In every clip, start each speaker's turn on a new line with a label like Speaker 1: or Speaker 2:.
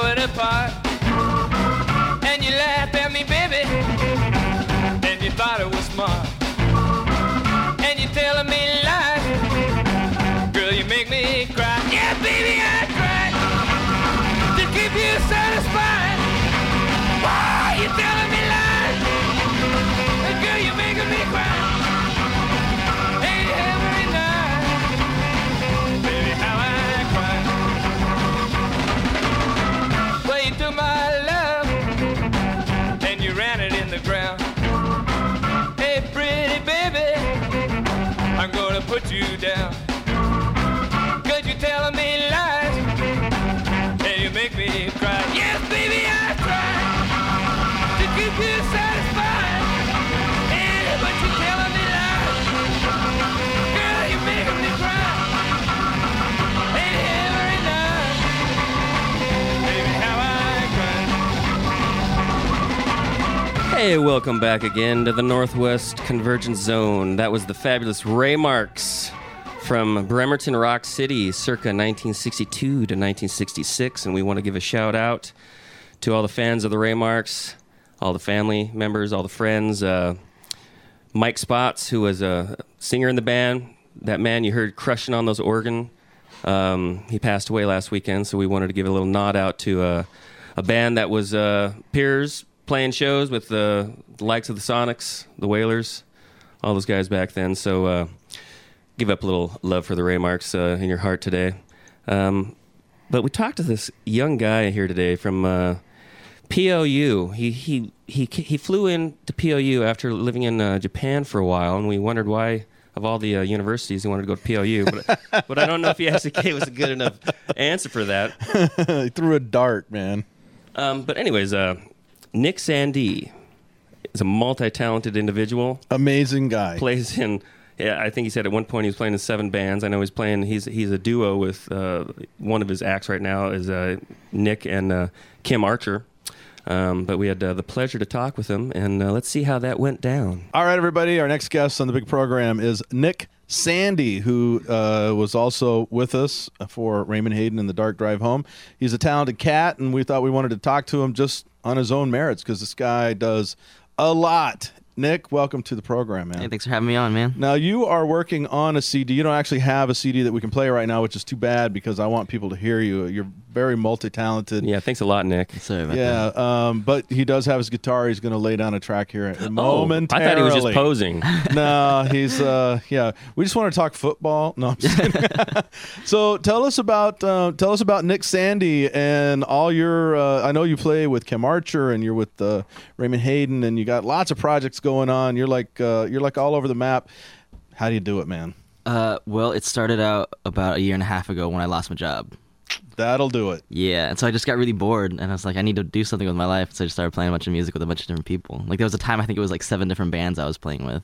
Speaker 1: heart. And you laughed at me, baby. And you thought it was smart. And you telling me lies. Girl, you make me cry. Yeah, baby, I cried. To keep you satisfied. Why you telling me lies? Girl, you making me cry. Hey, every night. Baby, how I cry. Well, you took my love and you ran it in the ground. Hey, pretty baby, I'm gonna put you down. Cause you're telling me lies and you make me cry. Yes, baby, I try to keep you satisfied. Hey, but you're telling me lies. Girl, you're making me cry. Hey, every night. Baby, how I cry.
Speaker 2: Hey, welcome back again to the Northwest Convergence Zone. That was the fabulous Ray Marks from Bremerton Rock City circa 1962 to 1966. And we want to give a shout out to all the fans of the Ray Marks, all the family members, all the friends. Uh, Mike Spots, who was a singer in the band, that man you heard crushing on those organ. Um, he passed away last weekend, so we wanted to give a little nod out to uh, a band that was uh, peers playing shows with the, the likes of the Sonics, the Wailers, all those guys back then. So uh, give up a little love for the Ray Marks uh, in your heart today. Um, but we talked to this young guy here today from uh, POU. He he he he flew in to POU after living in uh, Japan for a while, and we wondered why. Of all the uh, universities, he wanted to go to POU, but, but I don't know if he actually gave us a good enough answer for that.
Speaker 3: They threw a dart, man.
Speaker 2: Um, but anyways, uh, Nick Sandee is a multi-talented individual.
Speaker 3: Amazing guy.
Speaker 2: Plays in. Yeah, I think he said at one point he was playing in seven bands. I know he's playing. He's he's a duo with uh, one of his acts right now is uh, Nick and uh, Kim Archer. Um, but we had uh, the pleasure to talk with him, and uh, let's see how that went down.
Speaker 3: All right, everybody. Our next guest on the big program is Nick Sandy, who uh, was also with us for Raymond Hayden and the Dark Drive Home. He's a talented cat, and we thought we wanted to talk to him just on his own merits because this guy does a lot. Nick, welcome to the program, man.
Speaker 4: Hey, thanks for having me on, man.
Speaker 3: Now you are working on a CD. You don't actually have a CD that we can play right now, which is too bad because I want people to hear you. You're very multi-talented.
Speaker 2: Yeah, thanks a lot, Nick.
Speaker 4: Sorry about that.
Speaker 3: Yeah, um, but he does have his guitar. He's going to lay down a track here
Speaker 2: Oh, I
Speaker 3: momentarily.
Speaker 2: thought he was just posing.
Speaker 3: no, he's uh, yeah. We just want to talk football. No, I'm just kidding. so tell us about uh, tell us about Nick Sandy and all your. Uh, I know you play with Kim Archer and you're with uh, Raymond Hayden and you got lots of projects going on. You're like uh, you're like all over the map. How do you do it, man?
Speaker 4: Uh, well, it started out about a year and a half ago when I lost my job.
Speaker 3: That'll do it.
Speaker 4: Yeah, and so I just got really bored, and I was like, I need to do something with my life. So I just started playing a bunch of music with a bunch of different people. Like there was a time I think it was like seven different bands I was playing with.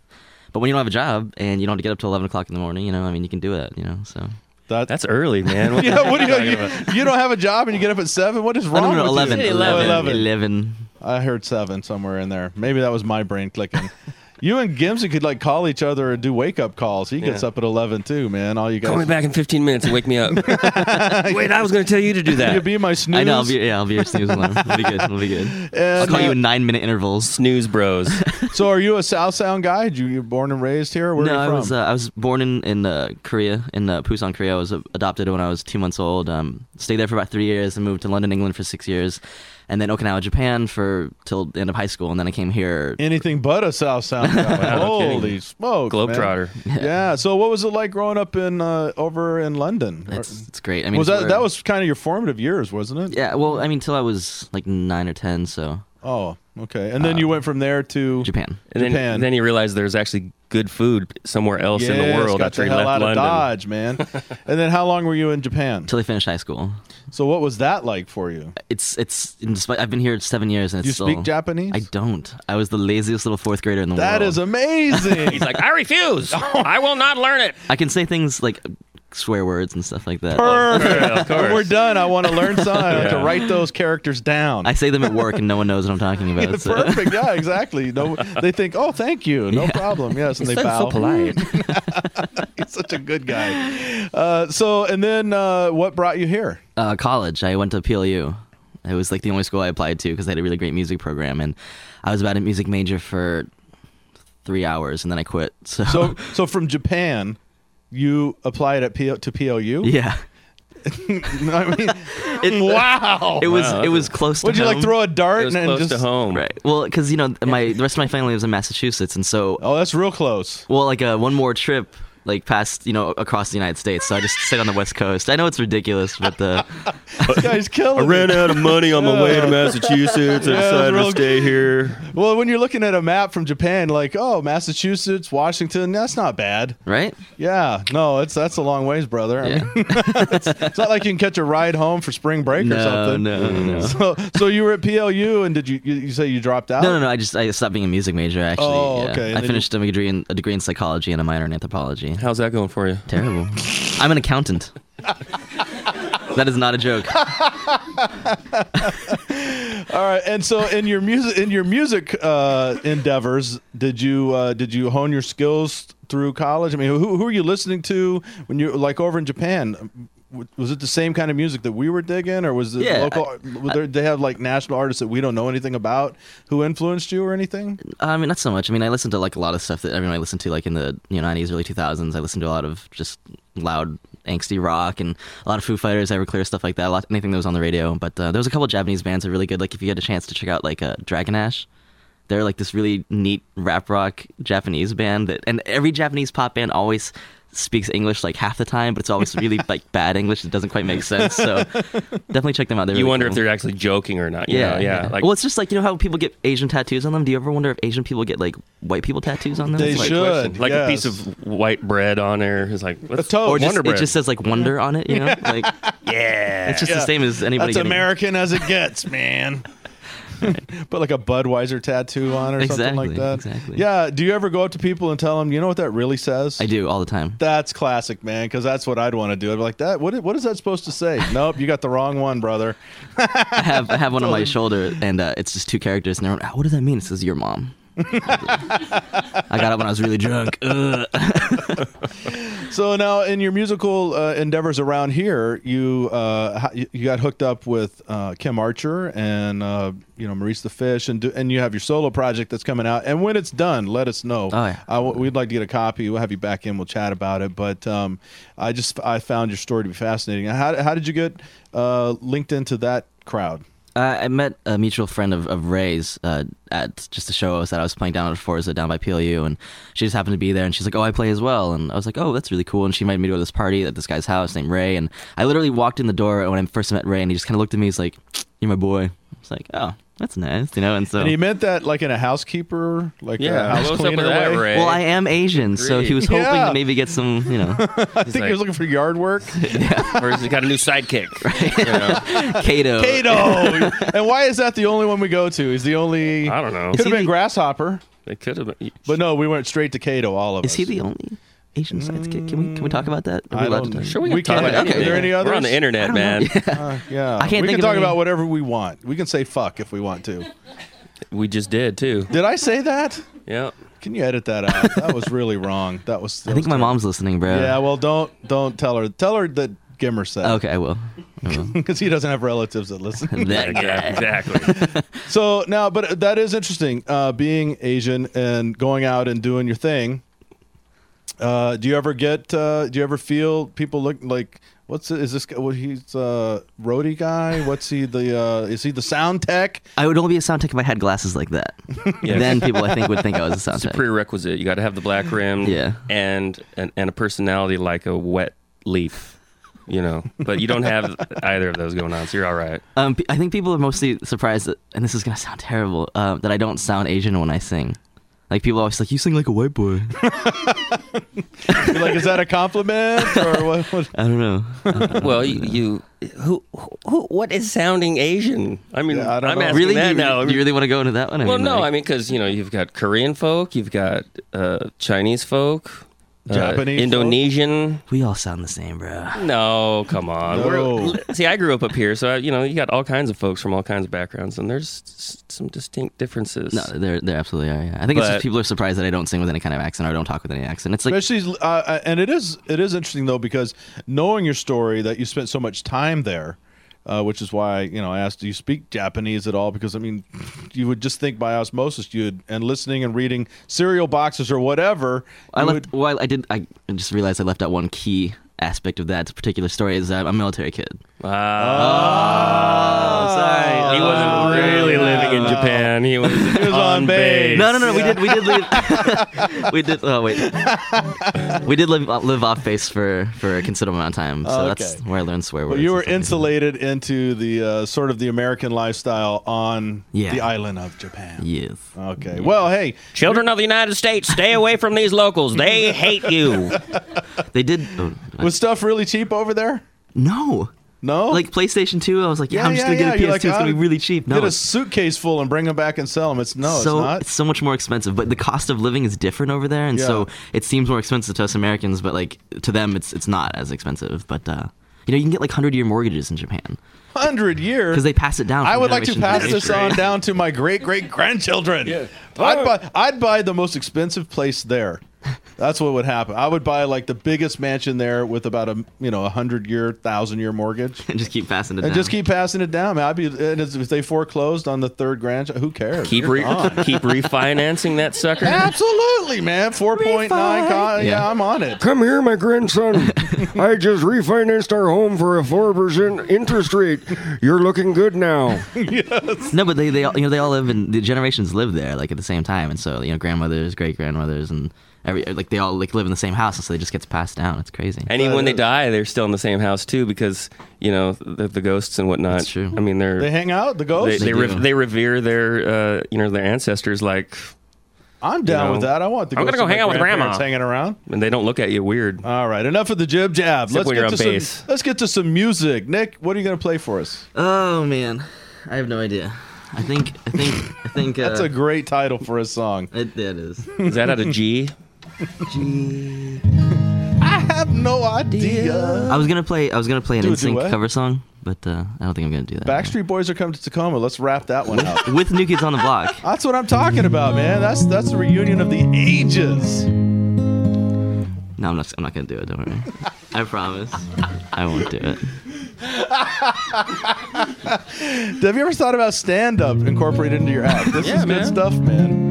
Speaker 4: But when you don't have a job and you don't have to get up till eleven o'clock in the morning, you know, I mean, you can do it, you know. So
Speaker 3: That,
Speaker 2: That's early, man. What the
Speaker 3: yeah.
Speaker 2: heck
Speaker 3: What do
Speaker 2: are
Speaker 3: you,
Speaker 2: talking
Speaker 3: you,
Speaker 2: about?
Speaker 3: you don't have a job and you get up at seven? What is
Speaker 4: I
Speaker 3: wrong
Speaker 4: don't know,
Speaker 3: with
Speaker 4: 11,
Speaker 3: you?
Speaker 4: 11,
Speaker 3: 11.
Speaker 4: 11.
Speaker 3: I heard seven somewhere in there. Maybe that was my brain clicking. you and Gimsy could like call each other and do wake up calls. He gets
Speaker 2: Yeah.
Speaker 3: up at eleven too, man. All you guys
Speaker 2: Call me back in 15 minutes and wake me up. Wait, I was going to tell you to do
Speaker 3: You'll
Speaker 2: that.
Speaker 3: be my snooze.
Speaker 4: I know. I'll be, yeah, I'll be your snooze alarm. It'll be good. It'll be good. I'll
Speaker 3: And,
Speaker 4: call you
Speaker 3: uh,
Speaker 4: in nine minute intervals.
Speaker 2: Snooze bros.
Speaker 3: so, are you a South Sound guy? Did you you born and raised here? Where
Speaker 4: no,
Speaker 3: are you from?
Speaker 4: I was uh, I was born in in uh, Korea in uh, Busan, Korea. I was uh, adopted when I was two months old. Um, stayed there for about three years, and moved to London, England for six years, and then Okinawa, Japan for till the end of high school, and then I came here.
Speaker 3: Anything but a South Sound guy.
Speaker 2: no kidding.
Speaker 3: Holy smokes, man.
Speaker 2: Globetrotter.
Speaker 3: Yeah. So, what was it like growing up in uh, over in London?
Speaker 4: It's it's great. I mean,
Speaker 3: was
Speaker 4: it's
Speaker 3: that
Speaker 4: where-
Speaker 3: that was kind of your formative years, wasn't it?
Speaker 4: yeah. Well, I mean, till I was like nine or ten, so
Speaker 3: Oh, okay. And then you went from there to
Speaker 4: Uh, Japan.
Speaker 2: And then,
Speaker 3: Japan.
Speaker 2: then you realize there's actually good food somewhere else in the
Speaker 3: Yes,
Speaker 2: world
Speaker 3: got
Speaker 2: after he
Speaker 3: the hell
Speaker 2: left
Speaker 3: out
Speaker 2: London.
Speaker 3: of Dodge, man. and then how long were you in Japan?
Speaker 4: Till I finished high school.
Speaker 3: So what was that like for you?
Speaker 4: It's it's. in Despite, I've been here seven years, and it's
Speaker 3: You
Speaker 4: still.
Speaker 3: speak Japanese?
Speaker 4: I don't. I was the laziest little fourth grader in the world.
Speaker 3: That is amazing.
Speaker 2: He's like, I refuse. I will not learn it.
Speaker 4: I can say things like swear words and stuff like that.
Speaker 3: Perfect.
Speaker 2: of
Speaker 3: When we're
Speaker 2: course.
Speaker 3: done, I want to learn some. I have to
Speaker 2: Yeah.
Speaker 3: write those characters down.
Speaker 4: I say them at work, and no one knows what I'm talking about. so-
Speaker 3: Perfect. Yeah, exactly. No, they think, "Oh, thank you. No problem." Yes, and they bow. He's such a good guy. Uh, so, and then uh, what brought you here?
Speaker 4: Uh, college. I went to PLU. It was like the only school I applied to because they had a really great music program, and I was about a music major for three hours, and then I quit. So,
Speaker 3: So so from Japan, you applied at P- to PLU.
Speaker 4: yeah,
Speaker 3: I mean,
Speaker 2: uh,
Speaker 4: It-
Speaker 3: wow.
Speaker 4: it was
Speaker 2: Wow.
Speaker 4: it was close.
Speaker 3: Would
Speaker 4: to
Speaker 3: you like
Speaker 4: home.
Speaker 3: throw a dart
Speaker 2: It was
Speaker 3: and
Speaker 2: close
Speaker 3: just
Speaker 2: to home.
Speaker 4: Right. Well, because you know my the rest of my family lives in Massachusetts, and so
Speaker 3: Oh, that's real close.
Speaker 4: well, like uh, one more trip, like past you know across the United States. So I just stayed on the West Coast. I know it's ridiculous, but the
Speaker 3: This guy's killing.
Speaker 2: I ran
Speaker 3: it.
Speaker 2: out of money on my way to Massachusetts. I
Speaker 3: Yeah,
Speaker 2: decided
Speaker 3: real-
Speaker 2: to stay here.
Speaker 3: Well, when you're looking at a map from Japan, like oh, Massachusetts, Washington, that's not bad.
Speaker 4: right.
Speaker 3: Yeah, no, it's that's a long ways, brother. I
Speaker 4: Yeah.
Speaker 3: mean, it's not like you can catch a ride home for spring break or
Speaker 4: No,
Speaker 3: something.
Speaker 4: no, no.
Speaker 3: So, so you were at PLU, and did you you, you say you dropped out?
Speaker 4: No, no, no. I just I stopped being a music major. Actually,
Speaker 3: Oh,
Speaker 4: yeah.
Speaker 3: okay, and
Speaker 4: I
Speaker 3: then
Speaker 4: finished a degree in a degree in psychology and a minor in anthropology.
Speaker 2: How's that going for you?
Speaker 4: Terrible. I'm an accountant. that is not a joke.
Speaker 3: All right, and so in your music in your music uh, endeavors, did you uh, did you hone your skills through college? I mean, who who are you listening to when you like over in Japan? W- Was it the same kind of music that we were digging, or was it
Speaker 4: Yeah,
Speaker 3: local? were there, they have like national artists that we don't know anything about who influenced you or anything.
Speaker 4: I mean, not so much. I mean, I listened to like a lot of stuff that everyone I listened to like in the you know 90s, early 2000s. I listened to a lot of just loud, angsty rock and a lot of Foo Fighters, Everclear stuff like that. A lot anything that was on the radio. But uh, there was a couple Japanese bands that are really good. Like if you had a chance to check out like uh, Dragon Ash, they're like this really neat rap rock Japanese band that, and every Japanese pop band always speaks English like half the time, but it's always really like bad English that doesn't quite make sense. So definitely check them out. They're
Speaker 2: you
Speaker 4: really
Speaker 2: wonder
Speaker 4: cool.
Speaker 2: if they're actually joking or not. you
Speaker 4: Yeah,
Speaker 2: know? yeah. Like,
Speaker 4: well, it's just like you know how people get Asian tattoos on them. Do you ever wonder if Asian people get like white people tattoos on them?
Speaker 3: They
Speaker 4: It's like,
Speaker 3: should
Speaker 2: like
Speaker 3: yes.
Speaker 2: a piece of white bread on there. It's like what's
Speaker 3: toast.
Speaker 4: Or just,
Speaker 2: Wonder
Speaker 4: it
Speaker 2: bread.
Speaker 4: just says like wonder on it. You know, like
Speaker 2: yeah.
Speaker 4: it's just
Speaker 3: Yeah.
Speaker 4: the same as anybody.
Speaker 3: That's
Speaker 4: getting-
Speaker 3: American as it gets, man. Put like a Budweiser tattoo on or something like
Speaker 4: Exactly,
Speaker 3: that.
Speaker 4: exactly.
Speaker 3: Yeah. Do you ever go up to people and tell them, you know what that really says?
Speaker 4: I do all the time.
Speaker 3: That's classic, man. Because that's what I'd want to do. I'd be like, that. What? i- What is that supposed to say? nope, you got the wrong one, brother.
Speaker 4: I have I have one on my shoulder, and uh, it's just two characters. And everyone, "Ah, what does that mean? It says your mom. I got it when I was really drunk. Ugh.
Speaker 3: So now, in your musical uh, endeavors around here, you uh, ho- you you got hooked up with uh, Kim Archer and uh, you know Maurice the Fish, and do, and you have your solo project that's coming out. And when it's done, let us know.
Speaker 4: Oh, yeah.
Speaker 3: I w- we'd like to get a copy. We'll have you back in. We'll chat about it. But um, I just I found your story to be fascinating. How how did you get uh, linked into that crowd?
Speaker 4: Uh, I met a mutual friend of, of Ray's uh, at just a show I was at. I was playing down at Forza down by PLU, and she just happened to be there. And she's like, "Oh, I play as well." And I was like, "Oh, that's really cool." And she invited me to this party at this guy's house named Ray. And I literally walked in the door when I first met Ray, and he just kind of looked at me. He's like, "You're my boy." I was like, "Oh, that's nice," you know. And so,
Speaker 3: And he meant that like in a housekeeper, like
Speaker 2: yeah.
Speaker 3: a house
Speaker 2: What's up
Speaker 3: cleaner
Speaker 2: with that,
Speaker 3: way.
Speaker 2: Ray?
Speaker 4: well, I am Asian, so he was hoping
Speaker 3: Yeah.
Speaker 4: to maybe get some, you know,
Speaker 3: I think he
Speaker 2: like-
Speaker 3: was looking for yard work.
Speaker 2: or has he got a new sidekick? You know?
Speaker 4: Kato.
Speaker 3: Kato. and why is that the only one we go to? Is the only
Speaker 2: I don't know.
Speaker 3: Could
Speaker 4: Is he
Speaker 3: have been
Speaker 4: the-
Speaker 3: Grasshopper,
Speaker 2: They could have. Been,
Speaker 3: but no, we went straight to Kato. All of
Speaker 4: Is
Speaker 3: us.
Speaker 4: he the only Asian sidekick? Can we can we talk about that? Are we
Speaker 3: I
Speaker 4: allowed
Speaker 3: don't-
Speaker 4: to talk?
Speaker 2: sure, we can
Speaker 3: We
Speaker 2: talk
Speaker 3: can.
Speaker 2: about
Speaker 4: Okay.
Speaker 2: anything.
Speaker 4: Are there
Speaker 3: any
Speaker 2: We're on
Speaker 3: others?
Speaker 2: the internet, man.
Speaker 3: Uh, yeah,
Speaker 4: I can't think
Speaker 3: we can
Speaker 4: of
Speaker 3: talk
Speaker 4: any-
Speaker 3: about whatever we want. We can say fuck if we want to.
Speaker 2: We just did too.
Speaker 3: Did I say that?
Speaker 2: Yeah.
Speaker 3: Can you edit that out? That was really wrong. That was.
Speaker 4: I think my mom's listening, bro.
Speaker 3: Yeah, well, don't don't tell her. Tell her that Gimmer said
Speaker 4: Okay, I will. I will.
Speaker 3: because he doesn't have relatives that listen.
Speaker 4: that guy.
Speaker 2: Exactly.
Speaker 3: so now, but that is interesting. Uh, being Asian and going out and doing your thing. Uh, do you ever get? Uh, do you ever feel people look like? What's is this? guy- Well, he's uh, roadie guy. What's he? The uh, is he the sound tech?
Speaker 4: I would only be a sound tech if I had glasses like that.
Speaker 2: Yes.
Speaker 4: Then people, I think, would think I was a sound
Speaker 2: It's a
Speaker 4: tech.
Speaker 2: prerequisite. You got to have the black rim.
Speaker 4: Yeah.
Speaker 2: And, and and a personality like a wet leaf. You know, but you don't have either of those going on, so you're all right.
Speaker 4: um, pe- I think people are mostly surprised that, and this is gonna sound terrible, uh, that I don't sound Asian when I sing. Like people are always like, you sing like a white boy.
Speaker 3: You're like, is that a compliment or what? what?
Speaker 4: I don't know.
Speaker 2: Well, you, you who, who, what is sounding Asian? I mean,
Speaker 3: Yeah, I don't
Speaker 2: I'm
Speaker 3: know.
Speaker 2: asking
Speaker 4: really?
Speaker 2: that
Speaker 4: you,
Speaker 2: now. I
Speaker 4: you
Speaker 2: mean,
Speaker 4: really want to go into that one? I
Speaker 2: well,
Speaker 4: mean,
Speaker 2: no,
Speaker 4: like-
Speaker 2: I mean, because you know, you've got Korean folk, you've got uh, Chinese folk, uh,
Speaker 3: Japanese folk?
Speaker 2: Indonesian.
Speaker 4: we all sound the same, bro.
Speaker 2: No, come on.
Speaker 3: No.
Speaker 2: We're, see, I grew up up here, so I, you know, you got all kinds of folks from all kinds of backgrounds, and there's s- some distinct differences.
Speaker 4: No, there, there absolutely are. Yeah, I think it's
Speaker 2: But-
Speaker 4: just people are surprised that I don't sing with any kind of accent or I don't talk with any accent. It's like
Speaker 3: Especially, uh, and it is it is interesting though because knowing your story that you spent so much time there, uh, which is why you know I asked, do you speak Japanese at all? Because I mean, you would just think by osmosis you'd and listening and reading cereal boxes or whatever.
Speaker 4: I
Speaker 3: you
Speaker 4: left.
Speaker 3: would-
Speaker 4: Well, I did. I just realized I left out one key aspect of that particular story is that I'm a military kid.
Speaker 2: Ah,
Speaker 3: Uh,
Speaker 4: sorry.
Speaker 2: he wasn't really living in Japan. He was,
Speaker 3: was
Speaker 2: on
Speaker 3: on
Speaker 2: base.
Speaker 3: base.
Speaker 4: No, no, no. We did. We did leave. we did. Oh wait. We did live uh, live off base for for a considerable amount of time. So that's
Speaker 3: Okay.
Speaker 4: where I learned swear
Speaker 3: But
Speaker 4: words.
Speaker 3: you
Speaker 4: and
Speaker 3: were
Speaker 4: stuff like that.
Speaker 3: insulated into the uh, sort of the American lifestyle on
Speaker 4: Yeah.
Speaker 3: the island of Japan.
Speaker 4: Yes.
Speaker 3: Okay. Well, hey,
Speaker 2: Children of the United States, stay away from these locals. They hate you.
Speaker 4: They did. Oh, I-
Speaker 3: was stuff really cheap over there?
Speaker 4: no.
Speaker 3: No.
Speaker 4: Like PlayStation 2, I was like, yeah, I'm just gonna get a PS2.
Speaker 3: You're like,
Speaker 4: it's gonna be
Speaker 3: "I'll
Speaker 4: really cheap. No,
Speaker 3: Get a
Speaker 4: it's
Speaker 3: suitcase full and bring them back and sell them. It's no,
Speaker 4: so
Speaker 3: it's not.
Speaker 4: so much more expensive. But the cost of living is different over there, and so
Speaker 3: Yeah.
Speaker 4: it seems more expensive to us Americans. But like to them, it's it's not as expensive. But uh, you know, you can get like hundred year mortgages in Japan
Speaker 3: Hundred
Speaker 4: because
Speaker 3: years.
Speaker 4: they pass it down.
Speaker 3: I
Speaker 4: from
Speaker 3: would like to
Speaker 4: generation
Speaker 3: pass
Speaker 4: generation.
Speaker 3: this on down to my great great grandchildren. I'd buy I'd buy the most expensive place there. That's what would happen. I would buy like the biggest mansion there with about a you know a hundred year, thousand year mortgage.
Speaker 4: and just keep passing it
Speaker 3: And
Speaker 4: down.
Speaker 3: just keep passing it down. Man. I'd be and if they foreclosed on the third grandchild, who cares?
Speaker 2: Keep
Speaker 3: You're
Speaker 2: re-
Speaker 3: gone.
Speaker 2: keep refinancing that sucker.
Speaker 3: Absolutely, man. Four point nine. Con- yeah.
Speaker 4: Yeah.
Speaker 3: I'm on it.
Speaker 5: Come here, my grandson. I just refinanced our home for a 4% interest rate. You're looking good now.
Speaker 4: No, but they, they all, you know they all live in the generations live there like at the same time, and so you know grandmothers, great grandmothers, and every like they all like live in the same house, and so they just gets passed down. It's crazy.
Speaker 2: And even when they die, they're still in the same house too, because you know the, the ghosts and whatnot.
Speaker 4: That's true.
Speaker 2: I mean, they're
Speaker 3: They hang out. The
Speaker 2: they,
Speaker 3: ghosts.
Speaker 2: they,
Speaker 4: do.
Speaker 2: re- they revere their uh, you know their ancestors like,
Speaker 3: I'm down
Speaker 2: know,
Speaker 3: with that. I want the.
Speaker 2: I'm gonna
Speaker 3: ghosts
Speaker 2: go
Speaker 3: of my
Speaker 2: hang out with grandma.
Speaker 3: grandparents hanging around.
Speaker 2: and they don't look at you weird.
Speaker 3: All right, enough of the jib jab.
Speaker 2: Except when
Speaker 3: get
Speaker 2: you're
Speaker 3: to
Speaker 2: on
Speaker 3: some,
Speaker 2: bass.
Speaker 3: Let's get to some music. Nick, what are you going to play for us?
Speaker 4: Oh man, I have no idea. I think I think I think uh,
Speaker 3: That's a great title for a song.
Speaker 4: it, it is.
Speaker 2: Is that out of G?
Speaker 3: I have no idea.
Speaker 4: I was gonna play I was gonna play an
Speaker 3: Do a
Speaker 4: NSYNC
Speaker 3: duet?
Speaker 4: cover song, but uh, I don't think I'm gonna do that.
Speaker 3: Backstreet Boys are coming to Tacoma. Let's wrap that one up.
Speaker 4: With New Kids on the Block.
Speaker 3: That's what I'm talking about, man. That's that's the reunion of the ages.
Speaker 4: No, I'm not. I'm not gonna do it. Don't worry. I promise. I won't do it.
Speaker 3: Have you ever thought about stand up incorporated into your act? This is
Speaker 2: man.
Speaker 3: good stuff, man.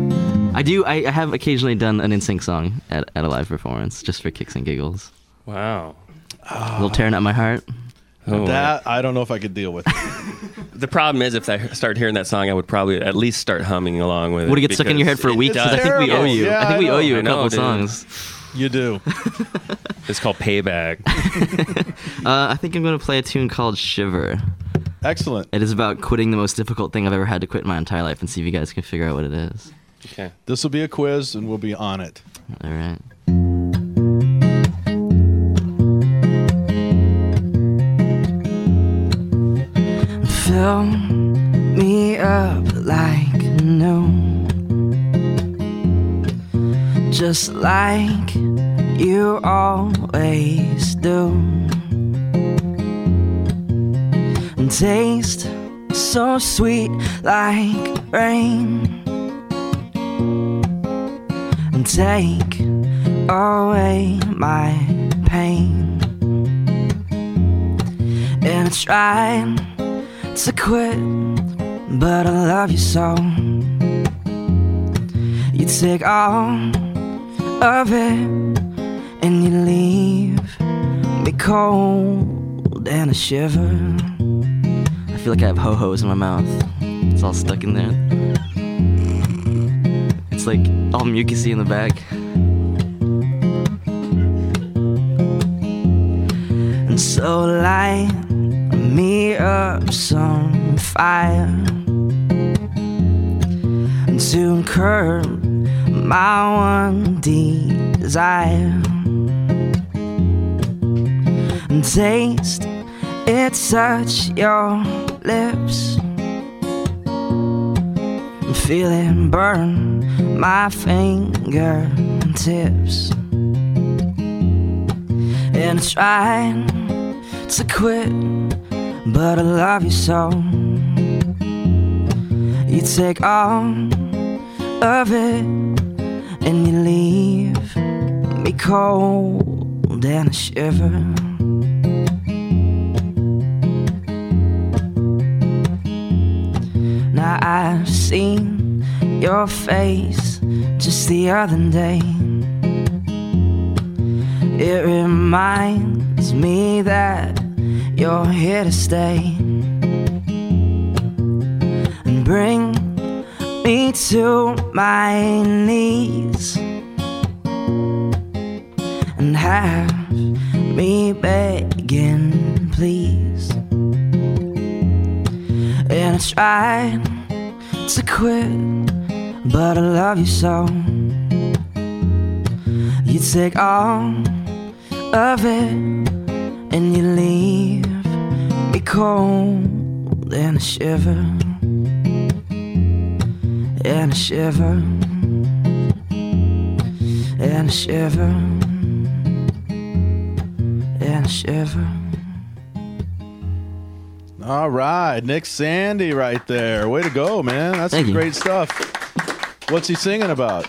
Speaker 4: I do. I, I have occasionally done an NSYNC song at, at a live performance just for kicks and giggles.
Speaker 2: Wow.
Speaker 4: A little tearing at my heart.
Speaker 2: Oh.
Speaker 3: That I don't know if I could deal with.
Speaker 2: the problem is, if I start hearing that song, I would probably at least start humming along with it.
Speaker 4: Would it get stuck in your head
Speaker 2: because
Speaker 4: for a week?
Speaker 3: it's
Speaker 4: Because I think we owe
Speaker 3: terrible.
Speaker 4: you.
Speaker 3: Yeah,
Speaker 4: I think
Speaker 3: I
Speaker 4: we owe
Speaker 3: know.
Speaker 4: you
Speaker 2: I
Speaker 4: a
Speaker 2: know,
Speaker 4: couple
Speaker 2: dude.
Speaker 4: songs.
Speaker 3: You do.
Speaker 2: It's called Payback.
Speaker 4: Uh, I think I'm gonna play a tune called Shiver.
Speaker 3: Excellent.
Speaker 4: It is about quitting the most difficult thing I've ever had to quit in my entire life, and see if you guys can figure out what it is.
Speaker 2: okay.
Speaker 3: This will be a quiz, and we'll be on it.
Speaker 4: All right. Fill me up like no, just like you always do. And taste so sweet like rain and take away my pain. And I tried to quit, but I love you so. You take all of it and you leave me cold and a shiver. I feel like I have ho hos in my mouth, it's all stuck in there. It's like all mucusy in the back. And so light me up some fire and to curb my one desire and taste it touch your lips and feel it burn my fingertips. And I tried to quit, but I love you so. You take all of it and you leave me cold and a shiver.
Speaker 6: Now I've seen your face just the other day. It reminds me that you're here to stay and bring me to my knees and have me begging, please. And I tried to quit, but I love you so. You take all of it and you leave me cold and I shiver and I shiver and I shiver and I shiver.
Speaker 3: All right, Nick Sandy, right there. Way to go, man. That's
Speaker 4: Thank
Speaker 3: some
Speaker 4: you.
Speaker 3: great stuff. What's he singing about?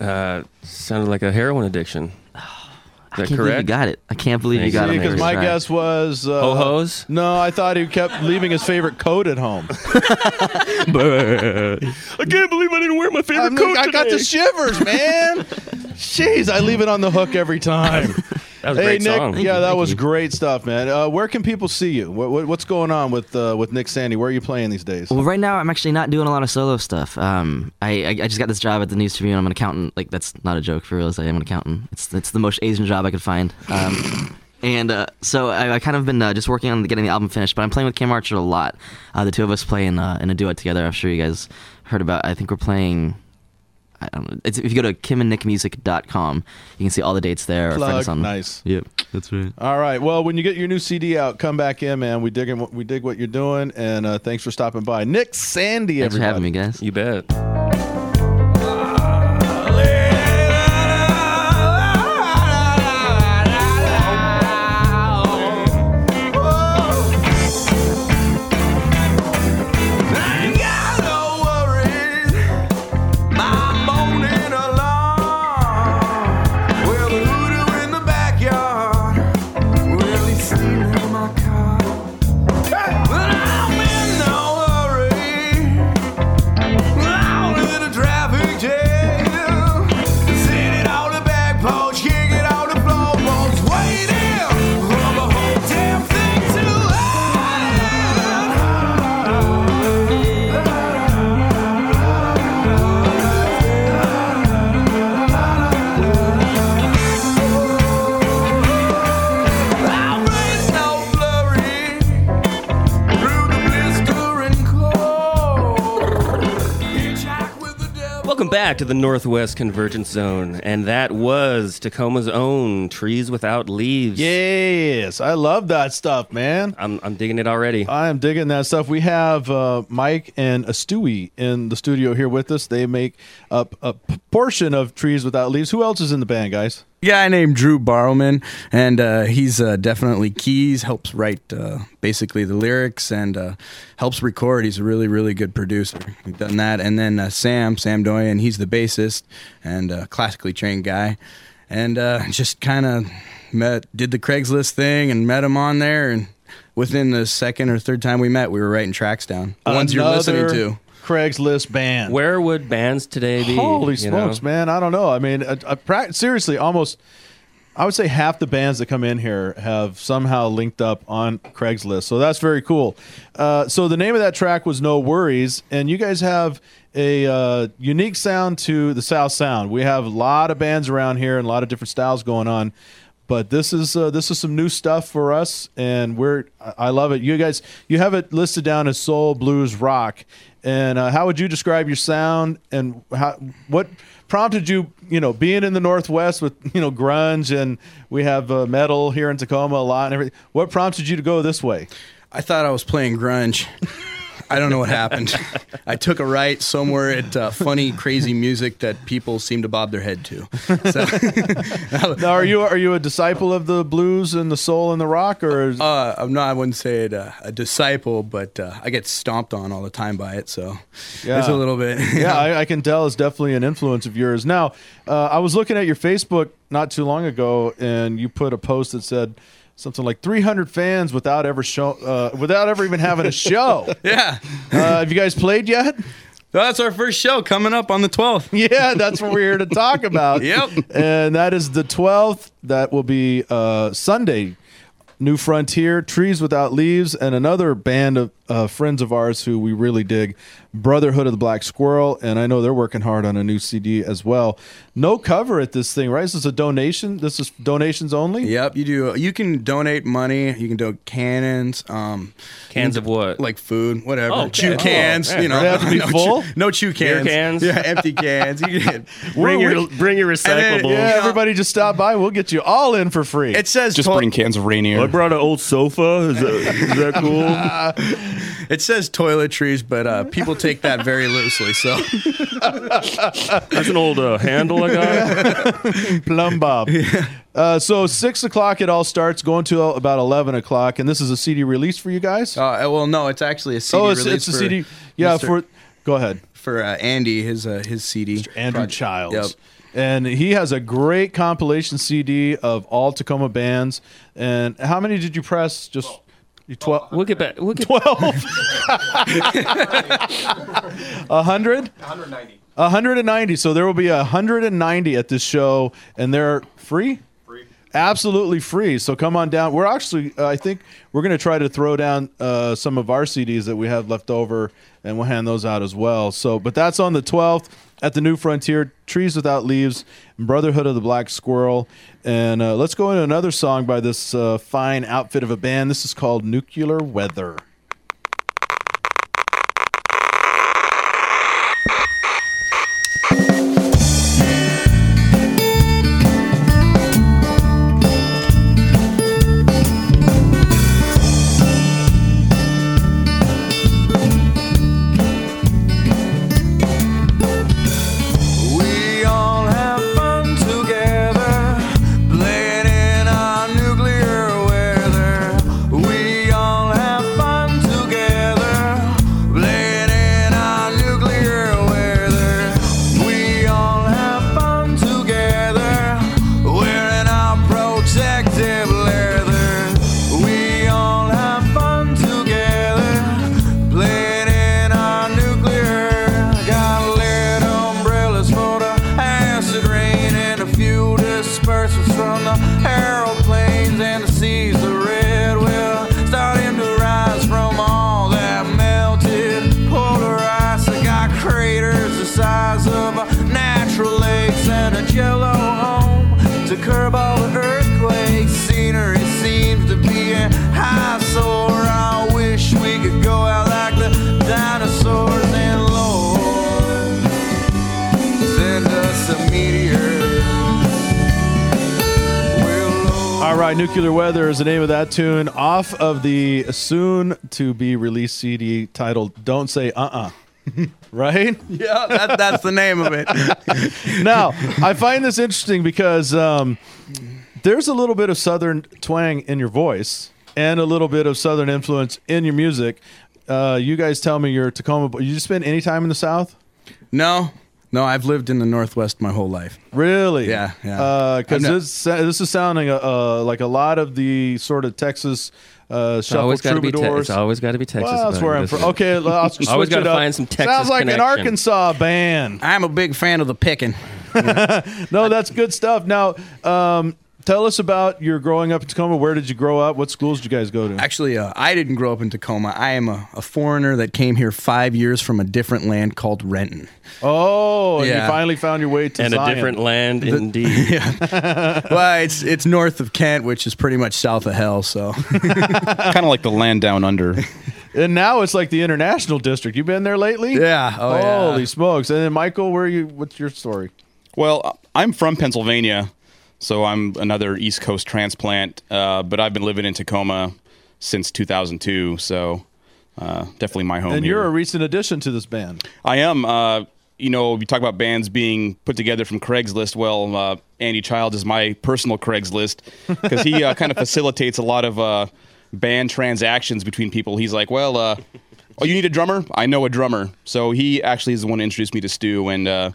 Speaker 7: Uh, sounded like a heroin addiction. Is
Speaker 4: I
Speaker 7: that
Speaker 4: can't believe you
Speaker 7: correct?
Speaker 4: got it. I can't believe you
Speaker 7: Thank
Speaker 4: got
Speaker 7: you.
Speaker 4: it. on
Speaker 3: Because
Speaker 4: the
Speaker 3: my
Speaker 4: first try.
Speaker 3: guess was uh,
Speaker 7: Ho-hos?
Speaker 3: No, I thought he kept leaving his favorite coat at home.
Speaker 7: I can't believe I didn't wear my favorite
Speaker 3: I'm- I got the shivers, man. Jeez, I leave it on the hook every time.
Speaker 7: that was a
Speaker 3: hey,
Speaker 7: great
Speaker 3: Nick.
Speaker 7: song.
Speaker 3: yeah, that
Speaker 4: thank
Speaker 3: was
Speaker 4: you.
Speaker 3: great stuff, man. Uh, where can people see you? What, what, what's going on with uh, with Nick Sandy? Where are you playing these days?
Speaker 4: Well, right now I'm actually not doing a lot of solo stuff. Um, I, I I just got this job at the News Tribune. I'm an accountant. Like that's not a joke for real. I am an accountant. It's it's the most Asian job I could find. Um, and uh, so I, I kind of been uh, just working on getting the album finished. But I'm playing with Cam Archer a lot. Uh, the two of us play in, uh, in a duet together. I'm sure you guys heard about. I think we're playing. I don't know. It's, if you go to kimandnickmusic.com, you can see all the dates there. or find
Speaker 3: Plug.
Speaker 4: us on-
Speaker 3: Nice.
Speaker 4: Yep, that's right.
Speaker 3: All right. Well, when you get your new CD out, come back in, man. We dig in, we dig what you're doing, and uh, thanks for stopping by, Nick Sandy.
Speaker 4: Thanks for having me,
Speaker 3: everybody.
Speaker 4: guys.
Speaker 7: You bet. Welcome back to the Northwest Convergence Zone, and that was Tacoma's own "Trees Without Leaves."
Speaker 3: Yes, I love that stuff, man. Uh,
Speaker 7: I'm, I'm digging it already.
Speaker 3: I am digging that stuff. We have uh, Mike and Stewie in the studio here with us. They make up a p- portion of Trees Without Leaves. Who else is in the band, guys?
Speaker 8: guy named Drew Barrowman, and uh, he's uh, definitely keys, helps write uh, basically the lyrics, and uh, helps record. He's a really, really good producer. We've done that. And then uh, Sam, Sam Doyen, he's the bassist and uh, classically trained guy. And uh, just kind of met, did the Craigslist thing and met him on there. And within the second or third time we met, we were writing tracks down. The ones you're listening
Speaker 3: Another
Speaker 8: to.
Speaker 3: Craigslist band.
Speaker 7: Where would bands today be?
Speaker 3: Holy
Speaker 7: you know?
Speaker 3: smokes, man! I don't know. I mean, I, I, prac- seriously, almost. I would say half the bands that come in here have somehow linked up on Craigslist, so that's very cool. Uh, so the name of that track was "No Worries," and you guys have a uh, unique sound to the South Sound. We have a lot of bands around here and a lot of different styles going on, but this is uh, this is some new stuff for us, and we're I I love it. You guys, you have it listed down as soul, blues, rock, and uh, how would you describe your sound and how what prompted you you know being in the northwest with you know grunge and we have uh, metal here in tacoma a lot and everything what prompted you to go this way
Speaker 8: I thought I was playing grunge. I don't know what happened. I took a right somewhere at uh, funny, crazy music that people seem to bob their head to. So,
Speaker 3: now are you are you a disciple of the blues and the soul and the rock or is-
Speaker 8: uh, I'm not, I wouldn't say it, uh, a disciple, but uh, I get stomped on all the time by it. So it's
Speaker 3: Yeah.
Speaker 8: a little bit.
Speaker 3: yeah, I, I can tell it's definitely an influence of yours. Now, uh, I was looking at your Facebook not too long ago, and you put a post that said something like 300 fans without ever show, uh, without ever even having a show. uh,
Speaker 8: Yeah.
Speaker 3: have you guys played yet?
Speaker 8: That's our first show coming up on the 12th.
Speaker 3: Yeah, that's what we're here to talk about.
Speaker 8: Yep.
Speaker 3: And that is the 12th. That will be uh, Sunday. New Frontier, Trees Without Leaves, and another band of uh, friends of ours who we really dig, Brotherhood of the Black Squirrel. And I know they're working hard on a new CD as well. No cover at this thing, right? This is a donation. This is donations only.
Speaker 8: Yep, you do. You can donate money. You can do cannons, um,
Speaker 2: Cans of what?
Speaker 8: like food, whatever.
Speaker 2: Oh, okay.
Speaker 8: Chew cans,
Speaker 2: Oh, yeah.
Speaker 8: you know.
Speaker 3: They have to be
Speaker 8: no,
Speaker 3: full?
Speaker 8: Chew, no chew
Speaker 2: Beer
Speaker 8: cans.
Speaker 2: cans?
Speaker 8: Yeah, empty cans. You can,
Speaker 2: Bring
Speaker 3: We're-
Speaker 2: your bring your
Speaker 8: then-
Speaker 2: recyclables.
Speaker 3: Yeah, everybody just stop by. We'll get you all in for free.
Speaker 8: it says
Speaker 9: Just
Speaker 8: twen-
Speaker 9: bring cans of Rainier.
Speaker 10: I brought an old sofa. Is that, is that cool?
Speaker 8: it says toiletries, but uh, people take that very loosely. So
Speaker 10: That's an old uh, handle I got.
Speaker 3: Plum Bob. Uh, so six o'clock it all starts, going to about eleven o'clock, and this is a CD release for you guys.
Speaker 8: Uh, well, no, it's actually a CD
Speaker 3: oh, it's,
Speaker 8: release
Speaker 3: it's a
Speaker 8: for-
Speaker 3: CD. Yeah,
Speaker 8: Mr.
Speaker 3: for go ahead,
Speaker 8: for uh, Andy his uh, his CD.
Speaker 3: Andrew
Speaker 8: project.
Speaker 3: Childs.
Speaker 8: Yep.
Speaker 3: And he has a great compilation CD of all Tacoma bands. And how many did you press? Just you twelve.
Speaker 2: We'll get back. We'll get.
Speaker 3: 100? 190. 190. So there will be 190 at this show, and they're free? Free. Absolutely free. So come on down. We're actually, uh, I think we're going to try to throw down uh, some of our CDs that we have left over, and we'll hand those out as well. So, but that's on the 12th at the New Frontier, Trees Without Leaves, and Brotherhood of the Black Squirrel. And uh, let's go into another song by this uh, fine outfit of a band. This is called Nuclear Weather.
Speaker 7: We all have fun together, playing in our nuclear weather. We all have fun together, playing in our nuclear weather. We all have fun together, wearing our protective leather. We all have fun together, playing in our nuclear. Got lit umbrellas for the acid rain and a few dispersants from the aeroplanes and the seas the red will starting to rise from all that melted polarized. I got craters the size of a natural lakes and a jello home to curb all the earthquakes. Scenery seems to be in high soar. I wish we could go out like the dinosaurs and Lord send us a meteor. We'll
Speaker 3: All right, Nuclear Weather is the name of that tune off of the soon to be released CD titled Don't Say Uh Uh. right?
Speaker 8: Yeah, that, that's the name of it.
Speaker 3: Now, I find this interesting because um, there's a little bit of Southern twang in your voice and a little bit of Southern influence in your music. Uh, you guys tell me you're Tacoma. bo- You spend any time in the South?
Speaker 8: No, no, I've lived in the Northwest my whole life.
Speaker 3: Really?
Speaker 8: Yeah, yeah.
Speaker 3: Because
Speaker 8: I've no-
Speaker 3: this this is sounding uh, uh, like a lot of the sort of Texas uh,
Speaker 2: It's
Speaker 3: shuffle
Speaker 2: always got to be. Te-
Speaker 3: troubadours.
Speaker 2: it's always got to be Texas.
Speaker 3: Well, that's
Speaker 2: about
Speaker 3: where
Speaker 2: it,
Speaker 3: I'm
Speaker 2: isn't
Speaker 3: from.
Speaker 2: it?
Speaker 3: Okay, I'll switch
Speaker 2: Always
Speaker 3: got
Speaker 2: gotta
Speaker 3: to
Speaker 2: find some Texas
Speaker 3: Sounds like an
Speaker 2: connection.
Speaker 3: Arkansas band.
Speaker 8: I'm a big fan of the picking.
Speaker 3: No, that's good stuff. Now, um, tell us about your growing up in Tacoma. Where did you grow up? What schools did you guys go to?
Speaker 8: Actually, uh, I didn't grow up in Tacoma. I am a, a foreigner that came here five years from a different land called Renton.
Speaker 3: Oh, and you
Speaker 8: Yeah.
Speaker 3: finally found your way to
Speaker 2: And
Speaker 3: Zion.
Speaker 2: a different land, indeed.
Speaker 8: well, it's it's north of Kent, which is pretty much south of hell. So
Speaker 9: kind of like the land down under.
Speaker 3: And now it's like the international district. You been there lately?
Speaker 8: yeah, oh, yeah.
Speaker 3: Holy smokes! And then Michael, where you? What's your story?
Speaker 9: Well, I'm from Pennsylvania, so I'm another East Coast transplant, uh, but I've been living in Tacoma since 2002, so uh, definitely my home.
Speaker 3: and
Speaker 9: here.
Speaker 3: you're a recent addition to this band.
Speaker 9: I am. Uh, you know, you talk about bands being put together from Craigslist. Well, uh, Andy Childs is my personal Craigslist because he uh, kind of facilitates a lot of uh, band transactions between people. He's like, well, uh, oh, you need a drummer? I know a drummer. So he actually is the one who introduced me to Stu and uh,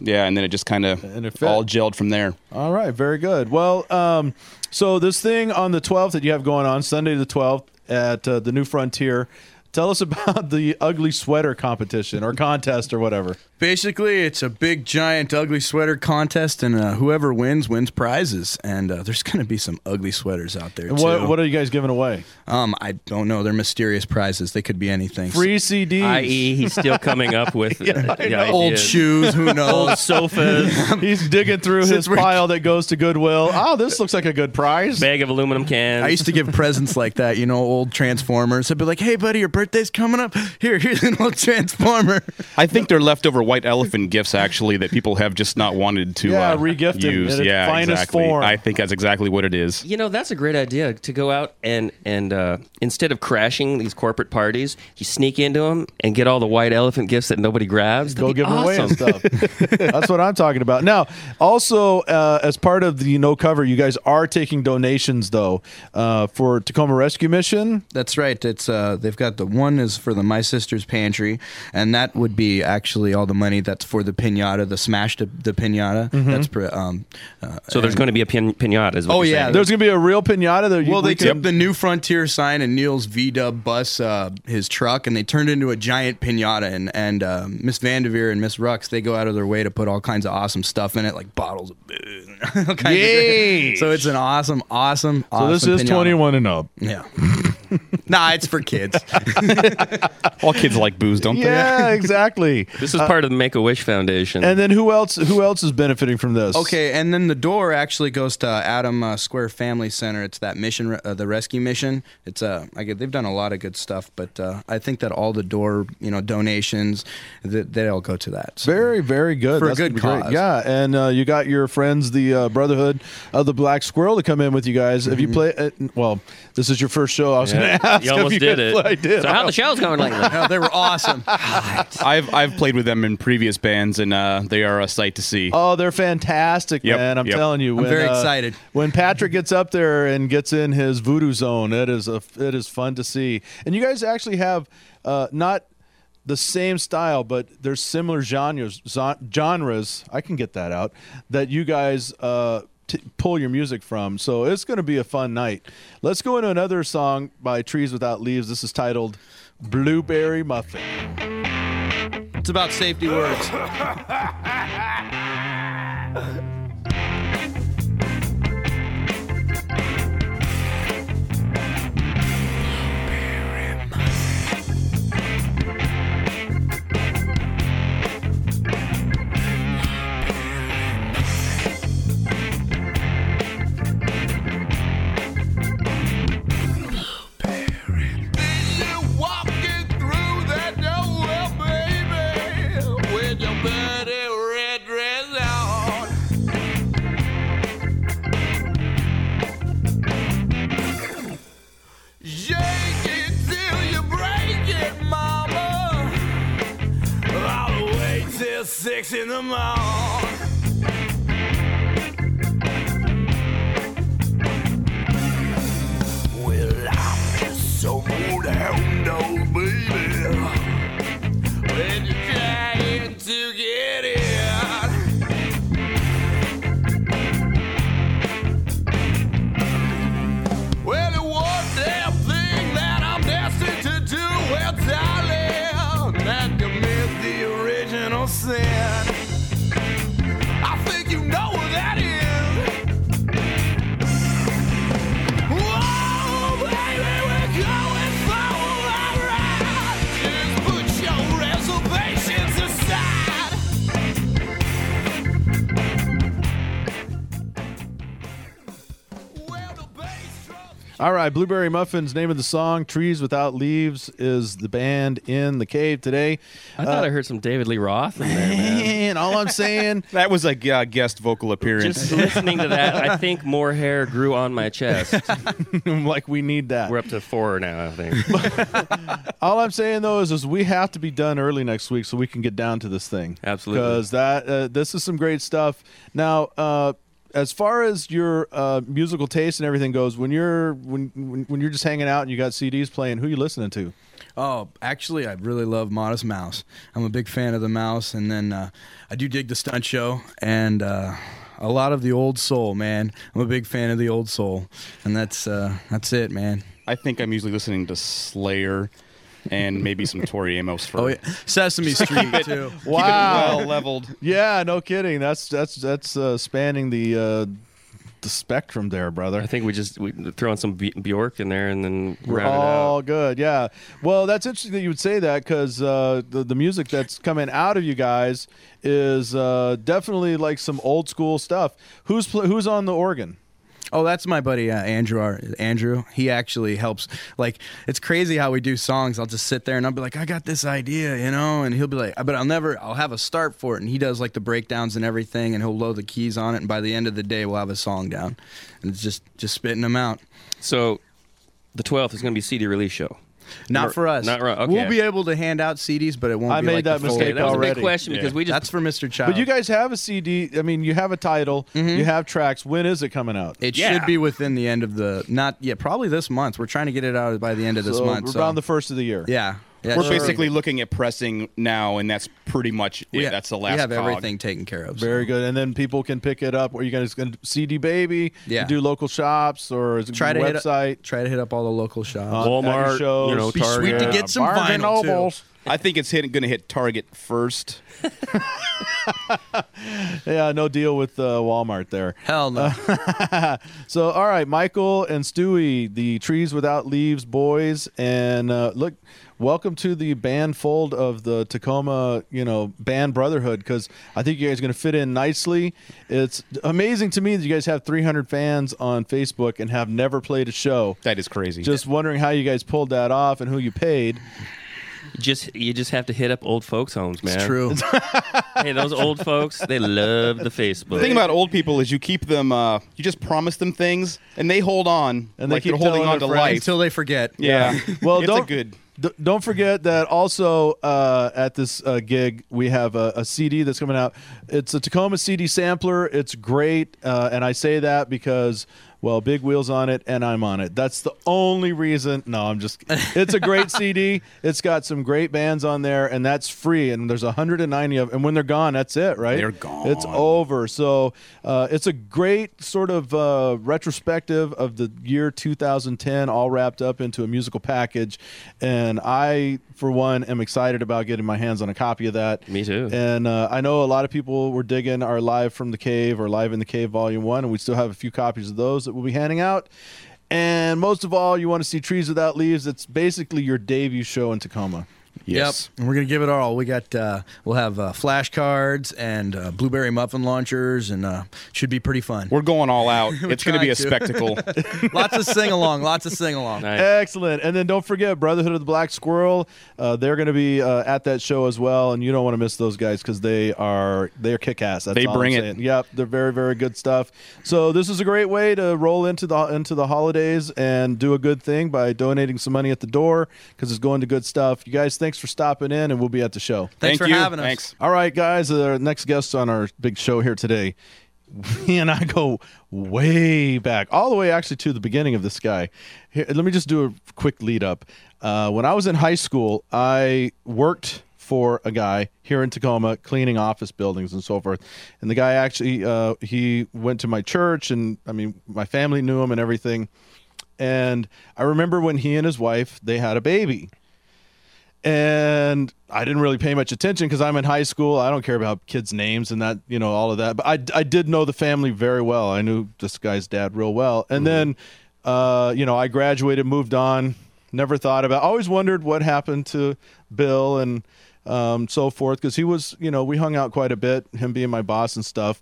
Speaker 9: yeah, and then it just kind of
Speaker 3: And it fit.
Speaker 9: all gelled from there.
Speaker 3: All right, very good. Well, um, so this thing on the 12th that you have going on, Sunday the 12th at uh, the New Frontier, tell us about the ugly sweater competition or contest or whatever.
Speaker 8: Basically, it's a big, giant, ugly sweater contest, and uh, whoever wins wins prizes. And uh, there's going to be some ugly sweaters out there.
Speaker 3: And what,
Speaker 8: too.
Speaker 3: what are you guys giving away?
Speaker 8: um, I don't know. They're mysterious prizes. They could be anything.
Speaker 3: Free CDs.
Speaker 2: I.e., E, he's still coming up with the ideas.
Speaker 8: old shoes. Who
Speaker 2: old
Speaker 8: knows?
Speaker 2: sofas,
Speaker 3: He's digging through his
Speaker 8: Since we're-
Speaker 3: pile that goes to Goodwill. Oh, this looks like a good prize.
Speaker 2: bag of aluminum
Speaker 8: I
Speaker 2: cans.
Speaker 8: used to give presents like that, you know, old Transformers. I'd be like, "Hey, buddy, your birthday's coming up. Here, here's an old Transformer."
Speaker 9: I think they're leftover white elephant gifts, actually, that people have just not wanted to
Speaker 3: Yeah,
Speaker 9: uh,
Speaker 3: regift them
Speaker 9: use.
Speaker 3: in its
Speaker 9: yeah,
Speaker 3: finest
Speaker 9: exactly.
Speaker 3: form.
Speaker 9: I think that's exactly what it is.
Speaker 2: You know, that's a great idea to go out and and uh, instead of crashing these corporate parties, you sneak into them and get all the white elephant gifts that nobody grabs.
Speaker 3: Go
Speaker 2: That'd be
Speaker 3: give them away and
Speaker 2: awesome.
Speaker 3: stuff. That's what I'm talking about. Now, also uh, as part of the no cover, you guys are taking donations though uh, for Tacoma Rescue Mission.
Speaker 8: That's right. It's uh, they've got the one is for the My Sister's Pantry, and that would be actually all the money that's for the pinata, the smashed the pinata.
Speaker 3: Mm-hmm.
Speaker 8: That's pre- um, uh,
Speaker 2: So there's going to be a pin- pinata. Is what
Speaker 8: Oh,
Speaker 2: you're
Speaker 8: yeah,
Speaker 2: saying.
Speaker 3: There's going to be a real pinata. That you-
Speaker 8: Well,
Speaker 3: we
Speaker 8: they
Speaker 3: can-
Speaker 8: took the new frontier sign and Neil's V Dub bus, uh, his truck, and they turned it into a giant pinata. And and uh, Miss Vanderveer and Miss Rux, they go out of their way to put all kinds of awesome stuff in it, like bottles of booze. and all kinds of-
Speaker 3: Yes.
Speaker 8: so it's an awesome, awesome.
Speaker 3: So this is 21 and up.
Speaker 8: Yeah. nah, it's for kids.
Speaker 9: All kids like booze, don't
Speaker 3: Yeah, exactly. Uh,
Speaker 2: This is part of the Make a Wish Foundation.
Speaker 3: And then who else? Who else is benefiting from this?
Speaker 8: Okay, and then the door actually goes to Adam uh, Square Family Center. It's that mission, uh, the rescue mission. It's uh, I get, they've done a lot of good stuff, but uh, I think that all the door, you know, donations, that they all go to that. So.
Speaker 3: Very, very good.
Speaker 8: For a
Speaker 3: That's
Speaker 8: good
Speaker 3: gonna be
Speaker 8: cause.
Speaker 3: Yeah, and uh, you got your friends, the uh, Brotherhood of the Black Squirrel, to come in with you guys. Have you played? Uh, well, this is your first show. I was going to ask.
Speaker 2: you almost
Speaker 3: if
Speaker 2: did
Speaker 3: had
Speaker 2: it.
Speaker 3: played
Speaker 2: So how the show's going lately?
Speaker 8: No, they were awesome.
Speaker 9: they? I've I've played with them in previous bands, and uh, they are a sight to see.
Speaker 3: Oh, they're fantastic,
Speaker 9: Yep,
Speaker 3: man! I'm
Speaker 9: yep.
Speaker 3: telling you. When,
Speaker 8: very
Speaker 3: uh,
Speaker 8: excited.
Speaker 3: when Patrick gets up there and gets in his voodoo zone. It is a it is fun to see. And you guys actually have uh, not the same style, but there's similar genres. zon- Genres I can get that out that you guys. Uh, T- pull your music from so it's going to be a fun night let's go into another song by trees without leaves this is titled blueberry muffin
Speaker 8: it's about safety words.
Speaker 7: Six in the morning. Well, I'm just so old hound dog, baby. When you're trying to get in. Well, it was that thing that I'm destined to do. Well, darling, that commit the original sin. I think you know what that is. Whoa, baby, we're going so alright. Just put your reservations aside. Well, the bass drum's
Speaker 3: All right, Blueberry Muffins, name of the song, Trees Without Leaves, is the band in the cave today.
Speaker 2: I thought I heard some David Lee Roth in there, man.
Speaker 3: And all I'm saying,
Speaker 9: That was a uh, guest vocal appearance.
Speaker 2: Just listening to that, I think more hair grew on my chest.
Speaker 3: I'm like, we need that.
Speaker 2: We're up to four now, I think.
Speaker 3: All I'm saying, though, is, is we have to be done early next week so we can get down to this thing.
Speaker 2: Absolutely.
Speaker 3: Because that, uh, this is some great stuff. Now, uh, as far as your uh, musical taste and everything goes, when you're when, when when you're just hanging out and you got CDs playing, who you listening to?
Speaker 8: Oh, actually, I really love Modest Mouse. I'm a big fan of the Mouse, and then uh, I do dig the stunt show and uh, a lot of the old soul, man. I'm a big fan of the old soul, and that's uh, that's it, man.
Speaker 9: I think I'm usually listening to Slayer and maybe some Tori Amos for
Speaker 8: Oh yeah, Sesame Street too.
Speaker 9: wow.
Speaker 3: Wow.
Speaker 9: well leveled.
Speaker 3: Yeah, no kidding. That's that's that's uh, spanning the uh, the spectrum there, brother.
Speaker 2: I think we just we throw in some B- Bjork in there and then
Speaker 3: We're
Speaker 2: round
Speaker 3: all
Speaker 2: it out.
Speaker 3: good. Yeah. Well, that's interesting that you would say that because uh, the the music that's coming out of you guys is uh, definitely like some old school stuff. Who's pl- who's on the organ?
Speaker 8: Oh, that's my buddy uh, Andrew. Ar- Andrew, he actually helps. Like, it's crazy how we do songs. I'll just sit there and I'll be like, I got this idea, you know, and he'll be like, uh, but I'll never. I'll have a start for it, and he does like the breakdowns and everything, and he'll load the keys on it, and by the end of the day, we'll have a song down, and it's just just spitting them out.
Speaker 2: So the 12th is going to be CD release show.
Speaker 8: Not
Speaker 2: Or-
Speaker 8: for us.
Speaker 2: not right, okay.
Speaker 8: We'll be able to hand out CDs, but it won't.
Speaker 3: I
Speaker 8: be
Speaker 3: made
Speaker 8: like
Speaker 3: that
Speaker 8: the full-
Speaker 3: mistake
Speaker 2: Okay, that was a
Speaker 3: already.
Speaker 2: big question
Speaker 9: Yeah.
Speaker 2: because we just
Speaker 8: That's for Mr. Child. Mm-hmm.
Speaker 3: But you guys have a CD. I mean, you have a title. You have tracks. When is it coming out?
Speaker 8: It
Speaker 9: Yeah.
Speaker 8: should be within the end of the not yeah probably this month. We're trying to get it out by the end of this
Speaker 3: So,
Speaker 8: month. so-
Speaker 3: around the first of the year.
Speaker 8: yeah. Yeah,
Speaker 9: We're
Speaker 8: sure.
Speaker 9: basically looking at pressing now, and that's pretty much it.
Speaker 8: We ha-
Speaker 9: that's the last.
Speaker 8: We have
Speaker 9: cog.
Speaker 8: everything taken care of. so-
Speaker 3: Very good. And then people can pick it up. Or you guys can CD Baby.
Speaker 8: Yeah.
Speaker 3: You do local shops or is it
Speaker 8: Try to
Speaker 3: website.
Speaker 8: hit up, try to hit up all the local shops.
Speaker 3: Uh, at your
Speaker 10: Walmart,
Speaker 3: shows.
Speaker 10: you know,
Speaker 3: Be
Speaker 10: Target.
Speaker 8: sweet to get some
Speaker 3: Barnes and
Speaker 8: vinyl, too.
Speaker 3: Nobles.
Speaker 9: I think it's hit, gonna hit Target first.
Speaker 3: Yeah, no deal with uh, Walmart there.
Speaker 8: Hell no.
Speaker 3: So, all right, Michael and Stewie, the Trees Without Leaves boys, and uh, look, welcome to the band fold of the Tacoma, you know, band brotherhood. Because I think you guys are going to fit in nicely. It's amazing to me that you guys have 300 fans on Facebook and have never played a show.
Speaker 9: That is crazy.
Speaker 3: Just wondering how you guys pulled that off and who you paid.
Speaker 2: just you just have to hit up old folks homes, man.
Speaker 8: it's true.
Speaker 2: Hey, those old folks, they love the Facebook.
Speaker 9: the thing about old people is you keep them, uh, you just promise them things, and they hold on,
Speaker 3: And they
Speaker 9: like
Speaker 3: keep
Speaker 9: they're holding
Speaker 3: telling
Speaker 9: on to
Speaker 3: their friends.
Speaker 9: life.
Speaker 8: Until they forget.
Speaker 9: yeah.
Speaker 3: Well,
Speaker 9: it's
Speaker 3: don't
Speaker 9: a good.
Speaker 3: d- don't forget that also uh, at this uh, gig we have a, a CD that's coming out. It's a Tacoma CD sampler. It's great, uh, and I say that because well, Big Wheels on it and I'm on it. That's the only reason. No, I'm just. It's a great CD. It's got some great bands on there, and that's free. And there's 190 of. And when they're gone, that's it, right?
Speaker 9: They're gone.
Speaker 3: It's over. So uh, it's a great sort of uh, retrospective of the year 2010, all wrapped up into a musical package. And I, for one, am excited about getting my hands on a copy of that.
Speaker 2: Me too.
Speaker 3: And uh, I know a lot of people were digging our Live from the Cave or Live in the Cave Volume 1, and we still have a few copies of those that we'll be handing out. And most of all, you want to see Trees Without Leaves. It's basically your debut show in Tacoma.
Speaker 9: Yes.
Speaker 8: Yep. And we're gonna give it our all. We got uh, we'll have uh, flashcards and uh, blueberry muffin launchers, and uh, should be pretty fun.
Speaker 9: We're going all out. it's going to be
Speaker 8: trying
Speaker 9: a
Speaker 8: to.
Speaker 9: spectacle.
Speaker 8: lots of sing along. Lots of sing along.
Speaker 2: Nice.
Speaker 3: Excellent. And then don't forget Brotherhood of the Black Squirrel. Uh, they're going to be uh, at that show as well, and you don't want to miss those guys because they are they're kick ass.
Speaker 9: They bring it.
Speaker 3: Yep, they're very very good stuff. So this is a great way to roll into the into the holidays and do a good thing by donating some money at the door because it's going to good stuff. You guys, thanks for stopping in, and we'll be at the show.
Speaker 9: Thank
Speaker 8: Thanks for
Speaker 9: you.
Speaker 8: having us.
Speaker 9: Thanks.
Speaker 3: All right, guys, our next guest on our big show here today. Me and I go way back, all the way actually to the beginning of this guy. Here, let me just do a quick lead up. Uh, when I was in high school, I worked for a guy here in Tacoma cleaning office buildings and so forth. And the guy actually, uh, he went to my church, and I mean, my family knew him and everything. And I remember when he and his wife they had a baby and I didn't really pay much attention because I'm in high school. I don't care about kids' names and that, you know, all of that. But I, I did know the family very well. I knew this guy's dad real well. And then, uh, you know, I graduated, moved on, never thought about. Always wondered what happened to Bill and um, so forth because he was, you know, we hung out quite a bit. Him being my boss and stuff.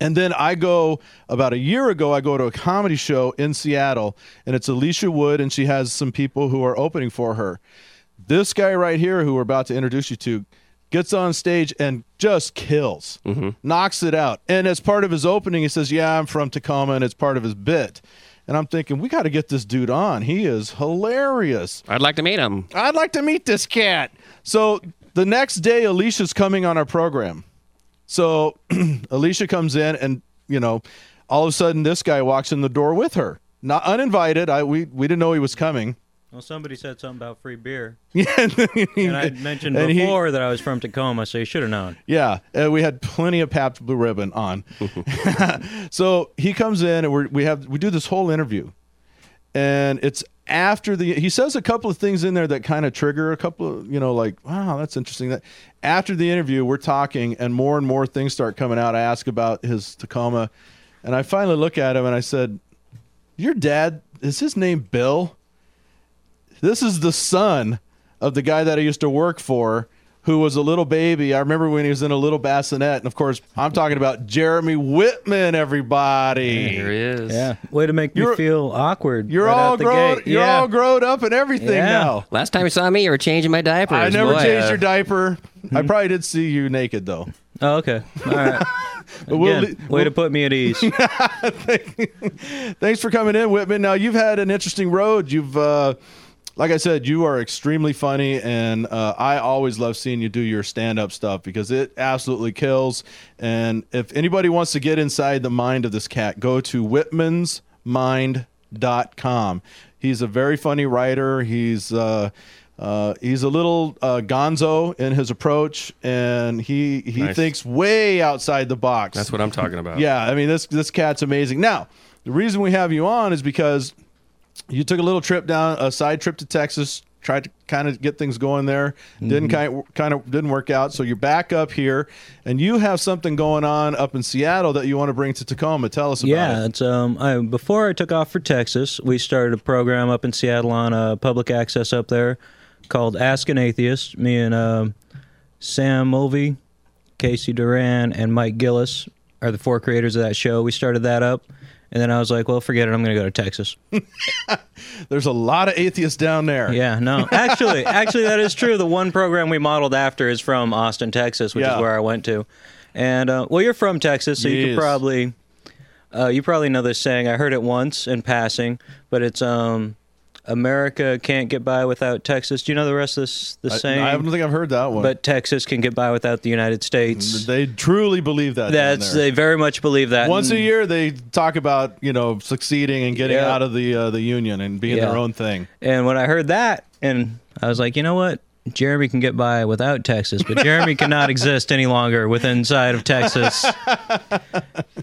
Speaker 3: And then I go about a year ago. I go to a comedy show in Seattle, and it's Alicia Wood, and she has some people who are opening for her. This guy right here, who we're about to introduce you to, gets on stage and just kills, knocks it out. And as part of his opening, he says, "Yeah, I'm from Tacoma," and it's part of his bit. And I'm thinking, we got to get this dude on. He is hilarious.
Speaker 2: I'd like to meet him.
Speaker 3: I'd like to meet this cat. So the next day, Alicia's coming on our program. So Alicia comes in, and you know, all of a sudden, this guy walks in the door with her, not uninvited. I we we didn't know he was coming,
Speaker 11: Well, somebody said something about free beer.
Speaker 3: and,
Speaker 11: And I mentioned
Speaker 3: And he-
Speaker 11: before that I was from Tacoma, so you should have known.
Speaker 3: Yeah, uh, we had plenty of Pabst Blue Ribbon on. so he comes in and we're, we have we do this whole interview, and it's after the he says a couple of things in there that kind of trigger a couple of you know like wow that's interesting that after the interview we're talking and more and more things start coming out. I ask about his Tacoma, and I finally look at him and I said, "Your dad is his name Bill." this is the son of the guy that I used to work for who was a little baby. I remember when he was in a little bassinet. And of course, I'm talking about Jeremy Whitman, everybody.
Speaker 2: Here he is.
Speaker 11: Way to make
Speaker 3: You're-
Speaker 11: me feel awkward.
Speaker 3: You're
Speaker 11: right out
Speaker 3: all
Speaker 11: the
Speaker 3: grown
Speaker 11: gate.
Speaker 3: you're
Speaker 11: yeah.
Speaker 3: all grown up and everything
Speaker 11: Yeah.
Speaker 3: now.
Speaker 2: Last time you saw me, you were changing my diapers.
Speaker 3: I never
Speaker 2: Boy,
Speaker 3: changed
Speaker 2: uh,
Speaker 3: your diaper.
Speaker 11: Hmm.
Speaker 3: I probably did see you naked though.
Speaker 11: Oh, okay. All right. Again,
Speaker 3: we'll
Speaker 11: way
Speaker 3: le- we'll-
Speaker 11: to put me at ease.
Speaker 3: Thanks for coming in, Whitman. Now you've had an interesting road. You've, uh, like I said, you are extremely funny, and uh, I always love seeing you do your stand-up stuff because it absolutely kills. And if anybody wants to get inside the mind of this cat, go to whitmansmind.com. He's a very funny writer. He's uh, uh, he's a little uh, gonzo in his approach, and he he
Speaker 2: Nice.
Speaker 3: thinks way outside the box.
Speaker 2: That's what I'm talking about.
Speaker 3: Yeah, I mean this this cat's amazing. Now, the reason we have you on is because you took a little trip down a side trip to Texas, tried to kind of get things going there. Didn't
Speaker 2: Mm-hmm.
Speaker 3: kind kind of didn't work out, so you're back up here, and you have something going on up in Seattle that you want to bring to Tacoma. Tell us about
Speaker 11: yeah,
Speaker 3: it.
Speaker 11: it's um. I, before I took off for Texas, we started a program up in Seattle on uh, public access up there called Ask an Atheist. Me and um, Sam Mulvey, Casey Duran, and Mike Gillis are the four creators of that show. We started that up, and then I was like, well, forget it. I'm going to go to Texas.
Speaker 3: There's a lot of atheists down there.
Speaker 11: Yeah, no. Actually, actually that is true. The one program we modeled after is from Austin, Texas, which
Speaker 3: Yeah.
Speaker 11: is where I went to. And uh, well, you're from Texas, so you
Speaker 3: Yes.
Speaker 11: could probably uh, you probably know this saying. I heard it once in passing, but it's um America can't get by without Texas. Do you know the rest of this the
Speaker 3: I,
Speaker 11: saying?
Speaker 3: I don't think I've heard that one.
Speaker 11: but Texas can get by without the United States.
Speaker 3: they truly believe that. down
Speaker 11: That's
Speaker 3: there.
Speaker 11: they very much believe that.
Speaker 3: Once a
Speaker 11: And-
Speaker 3: year, they talk about you know succeeding and getting
Speaker 11: Yeah.
Speaker 3: out of the uh, the union and being
Speaker 11: Yeah.
Speaker 3: their own thing.
Speaker 11: And when I heard that, and I was like, you know what? Jeremy can get by without Texas, but Jeremy cannot exist any longer with inside of Texas.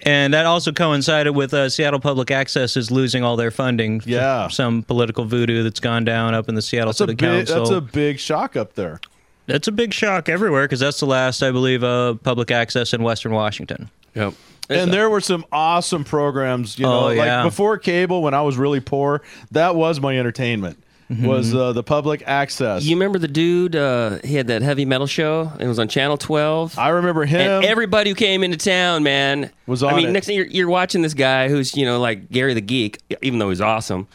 Speaker 11: and that also coincided with uh, Seattle Public Access is losing all their funding. for
Speaker 3: Yeah.
Speaker 11: some political voodoo that's gone down up in the Seattle
Speaker 3: That's a
Speaker 11: City
Speaker 3: big,
Speaker 11: Council.
Speaker 3: that's a big shock up there.
Speaker 11: That's a big shock everywhere because that's the last, I believe, uh, public access in Western Washington.
Speaker 2: Yep.
Speaker 3: And there were some awesome programs, you know,
Speaker 11: Oh, yeah.
Speaker 3: like before cable when I was really poor, that was my entertainment. Was
Speaker 11: Mm-hmm.
Speaker 3: uh, the public access.
Speaker 2: You remember the dude? Uh, he had that heavy metal show. It was on Channel 12.
Speaker 3: I remember him.
Speaker 2: and everybody who came into town, man,
Speaker 3: Was
Speaker 2: I
Speaker 3: on
Speaker 2: mean,
Speaker 3: it.
Speaker 2: next thing you're, you're watching this guy who's you know like Gary the Geek, even though he's awesome.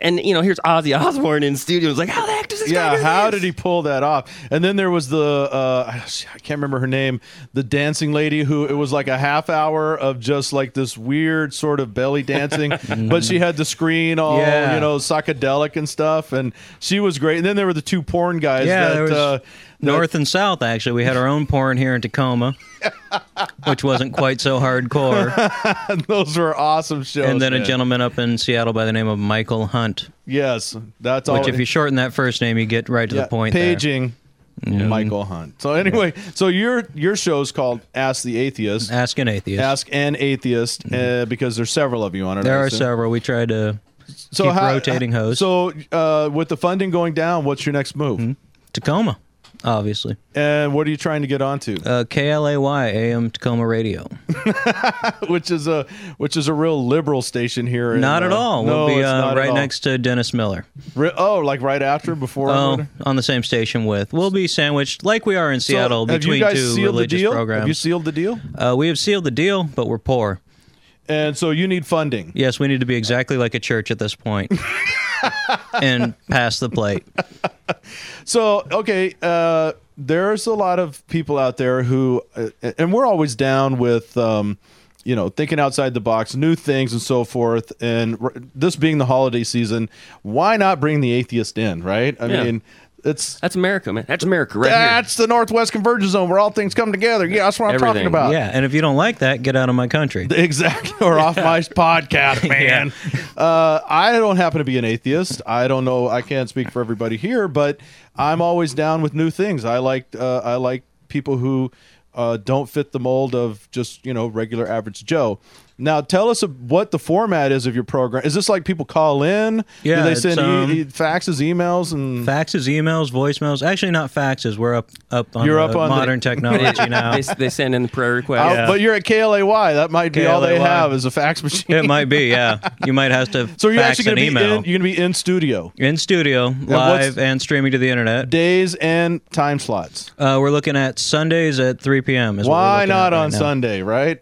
Speaker 2: And you know, here's Ozzy Osbourne in studio. It's like, how the heck does this guy?
Speaker 3: yeah,
Speaker 2: do
Speaker 3: how
Speaker 2: this?
Speaker 3: did he pull that off? And then there was the uh, I can't remember her name, the dancing lady who it was like a half hour of just like this weird sort of belly dancing, but she had the screen all
Speaker 11: Yeah.
Speaker 3: you know psychedelic and stuff, and she was great. And then there were the two porn guys
Speaker 11: Yeah,
Speaker 3: that
Speaker 11: there was
Speaker 3: uh,
Speaker 11: North and South, actually. We had our own porn here in Tacoma, which wasn't quite so hardcore.
Speaker 3: that- uh, those were awesome shows.
Speaker 11: and then a
Speaker 3: man.
Speaker 11: gentleman up in Seattle by the name of Michael Hunt.
Speaker 3: Yes, that's all.
Speaker 11: Which, if you shorten that first name, you get right to
Speaker 3: Yeah,
Speaker 11: the point. there. Mm-hmm.
Speaker 3: Paging Michael Hunt. So anyway, so your your show's called Ask the Atheist. Ask,
Speaker 11: Ask an atheist. Mm-hmm.
Speaker 3: an atheist uh, because there's several of you on it.
Speaker 11: there
Speaker 3: I
Speaker 11: are
Speaker 3: assume.
Speaker 11: several. We tried to
Speaker 3: So
Speaker 11: keep rotating hosts.
Speaker 3: So uh, with the funding going down, what's your next move?
Speaker 11: Hmm. Tacoma, obviously.
Speaker 3: And what are you trying to get onto?
Speaker 11: Uh, KLAY AM Tacoma Radio.
Speaker 3: which is a which is a real liberal station here. in,
Speaker 11: Not at
Speaker 3: uh,
Speaker 11: all.
Speaker 3: No,
Speaker 11: we'll be
Speaker 3: it's not
Speaker 11: uh,
Speaker 3: at
Speaker 11: right
Speaker 3: all.
Speaker 11: next to Dennis Miller.
Speaker 3: Re- oh, like right after before.
Speaker 11: Oh, on the same station with. We'll be sandwiched like we are in
Speaker 3: So,
Speaker 11: Seattle
Speaker 3: have you
Speaker 11: between
Speaker 3: guys
Speaker 11: two
Speaker 3: sealed the
Speaker 11: religious
Speaker 3: deal? Have you
Speaker 11: programs.
Speaker 3: sealed the deal?
Speaker 11: uh, we have sealed the deal, but we're poor.
Speaker 3: And so you need funding.
Speaker 11: Yes, we need to be exactly like a church at this point and pass the plate.
Speaker 3: So okay, uh, there's a lot of people out there who, uh, and we're always down with, um, you know, thinking outside the box, new things and so forth. And r- this being the holiday season, why not bring the atheist in, right? I
Speaker 2: Yeah.
Speaker 3: mean, It's
Speaker 2: that's America, man. That's America, right here.
Speaker 3: That's the Northwest Convergence Zone where all things come together. Yeah, that's what I'm talking about.
Speaker 11: Yeah, and if you don't like that, get out of my country.
Speaker 3: Exactly. Or off my podcast, man. Uh, I don't happen to be an atheist. I don't know. I can't speak for everybody here, but I'm always down with new things. I like uh, I like people who uh, don't fit the mold of just you know regular average Joe. Now tell us what the format is of your program. Is this like people call in?
Speaker 11: Yeah,
Speaker 3: Do they
Speaker 11: it's,
Speaker 3: send
Speaker 11: um,
Speaker 3: e- e- faxes, emails, and
Speaker 11: Faxes, emails, voicemails. Actually, not faxes. We're up up on,
Speaker 3: You're
Speaker 11: the
Speaker 3: up on the-
Speaker 11: modern technology now.
Speaker 2: They, they send in prayer requests.
Speaker 3: Oh, But you're at KLAY. That might be all they
Speaker 11: KLAY.
Speaker 3: have is a fax machine.
Speaker 11: It might be, yeah. You might have to
Speaker 3: So you're
Speaker 11: fax
Speaker 3: actually going
Speaker 11: an
Speaker 3: to be
Speaker 11: email.
Speaker 3: in, you're going to be in studio
Speaker 11: in studio,
Speaker 3: what's-
Speaker 11: live, and streaming to the internet.
Speaker 3: days and time slots.
Speaker 11: Uh, we're looking at Sundays at 3 p.m. Is what we're
Speaker 3: Why
Speaker 11: looking at
Speaker 3: not
Speaker 11: right
Speaker 3: on
Speaker 11: now. Hmm?
Speaker 3: Sunday, right?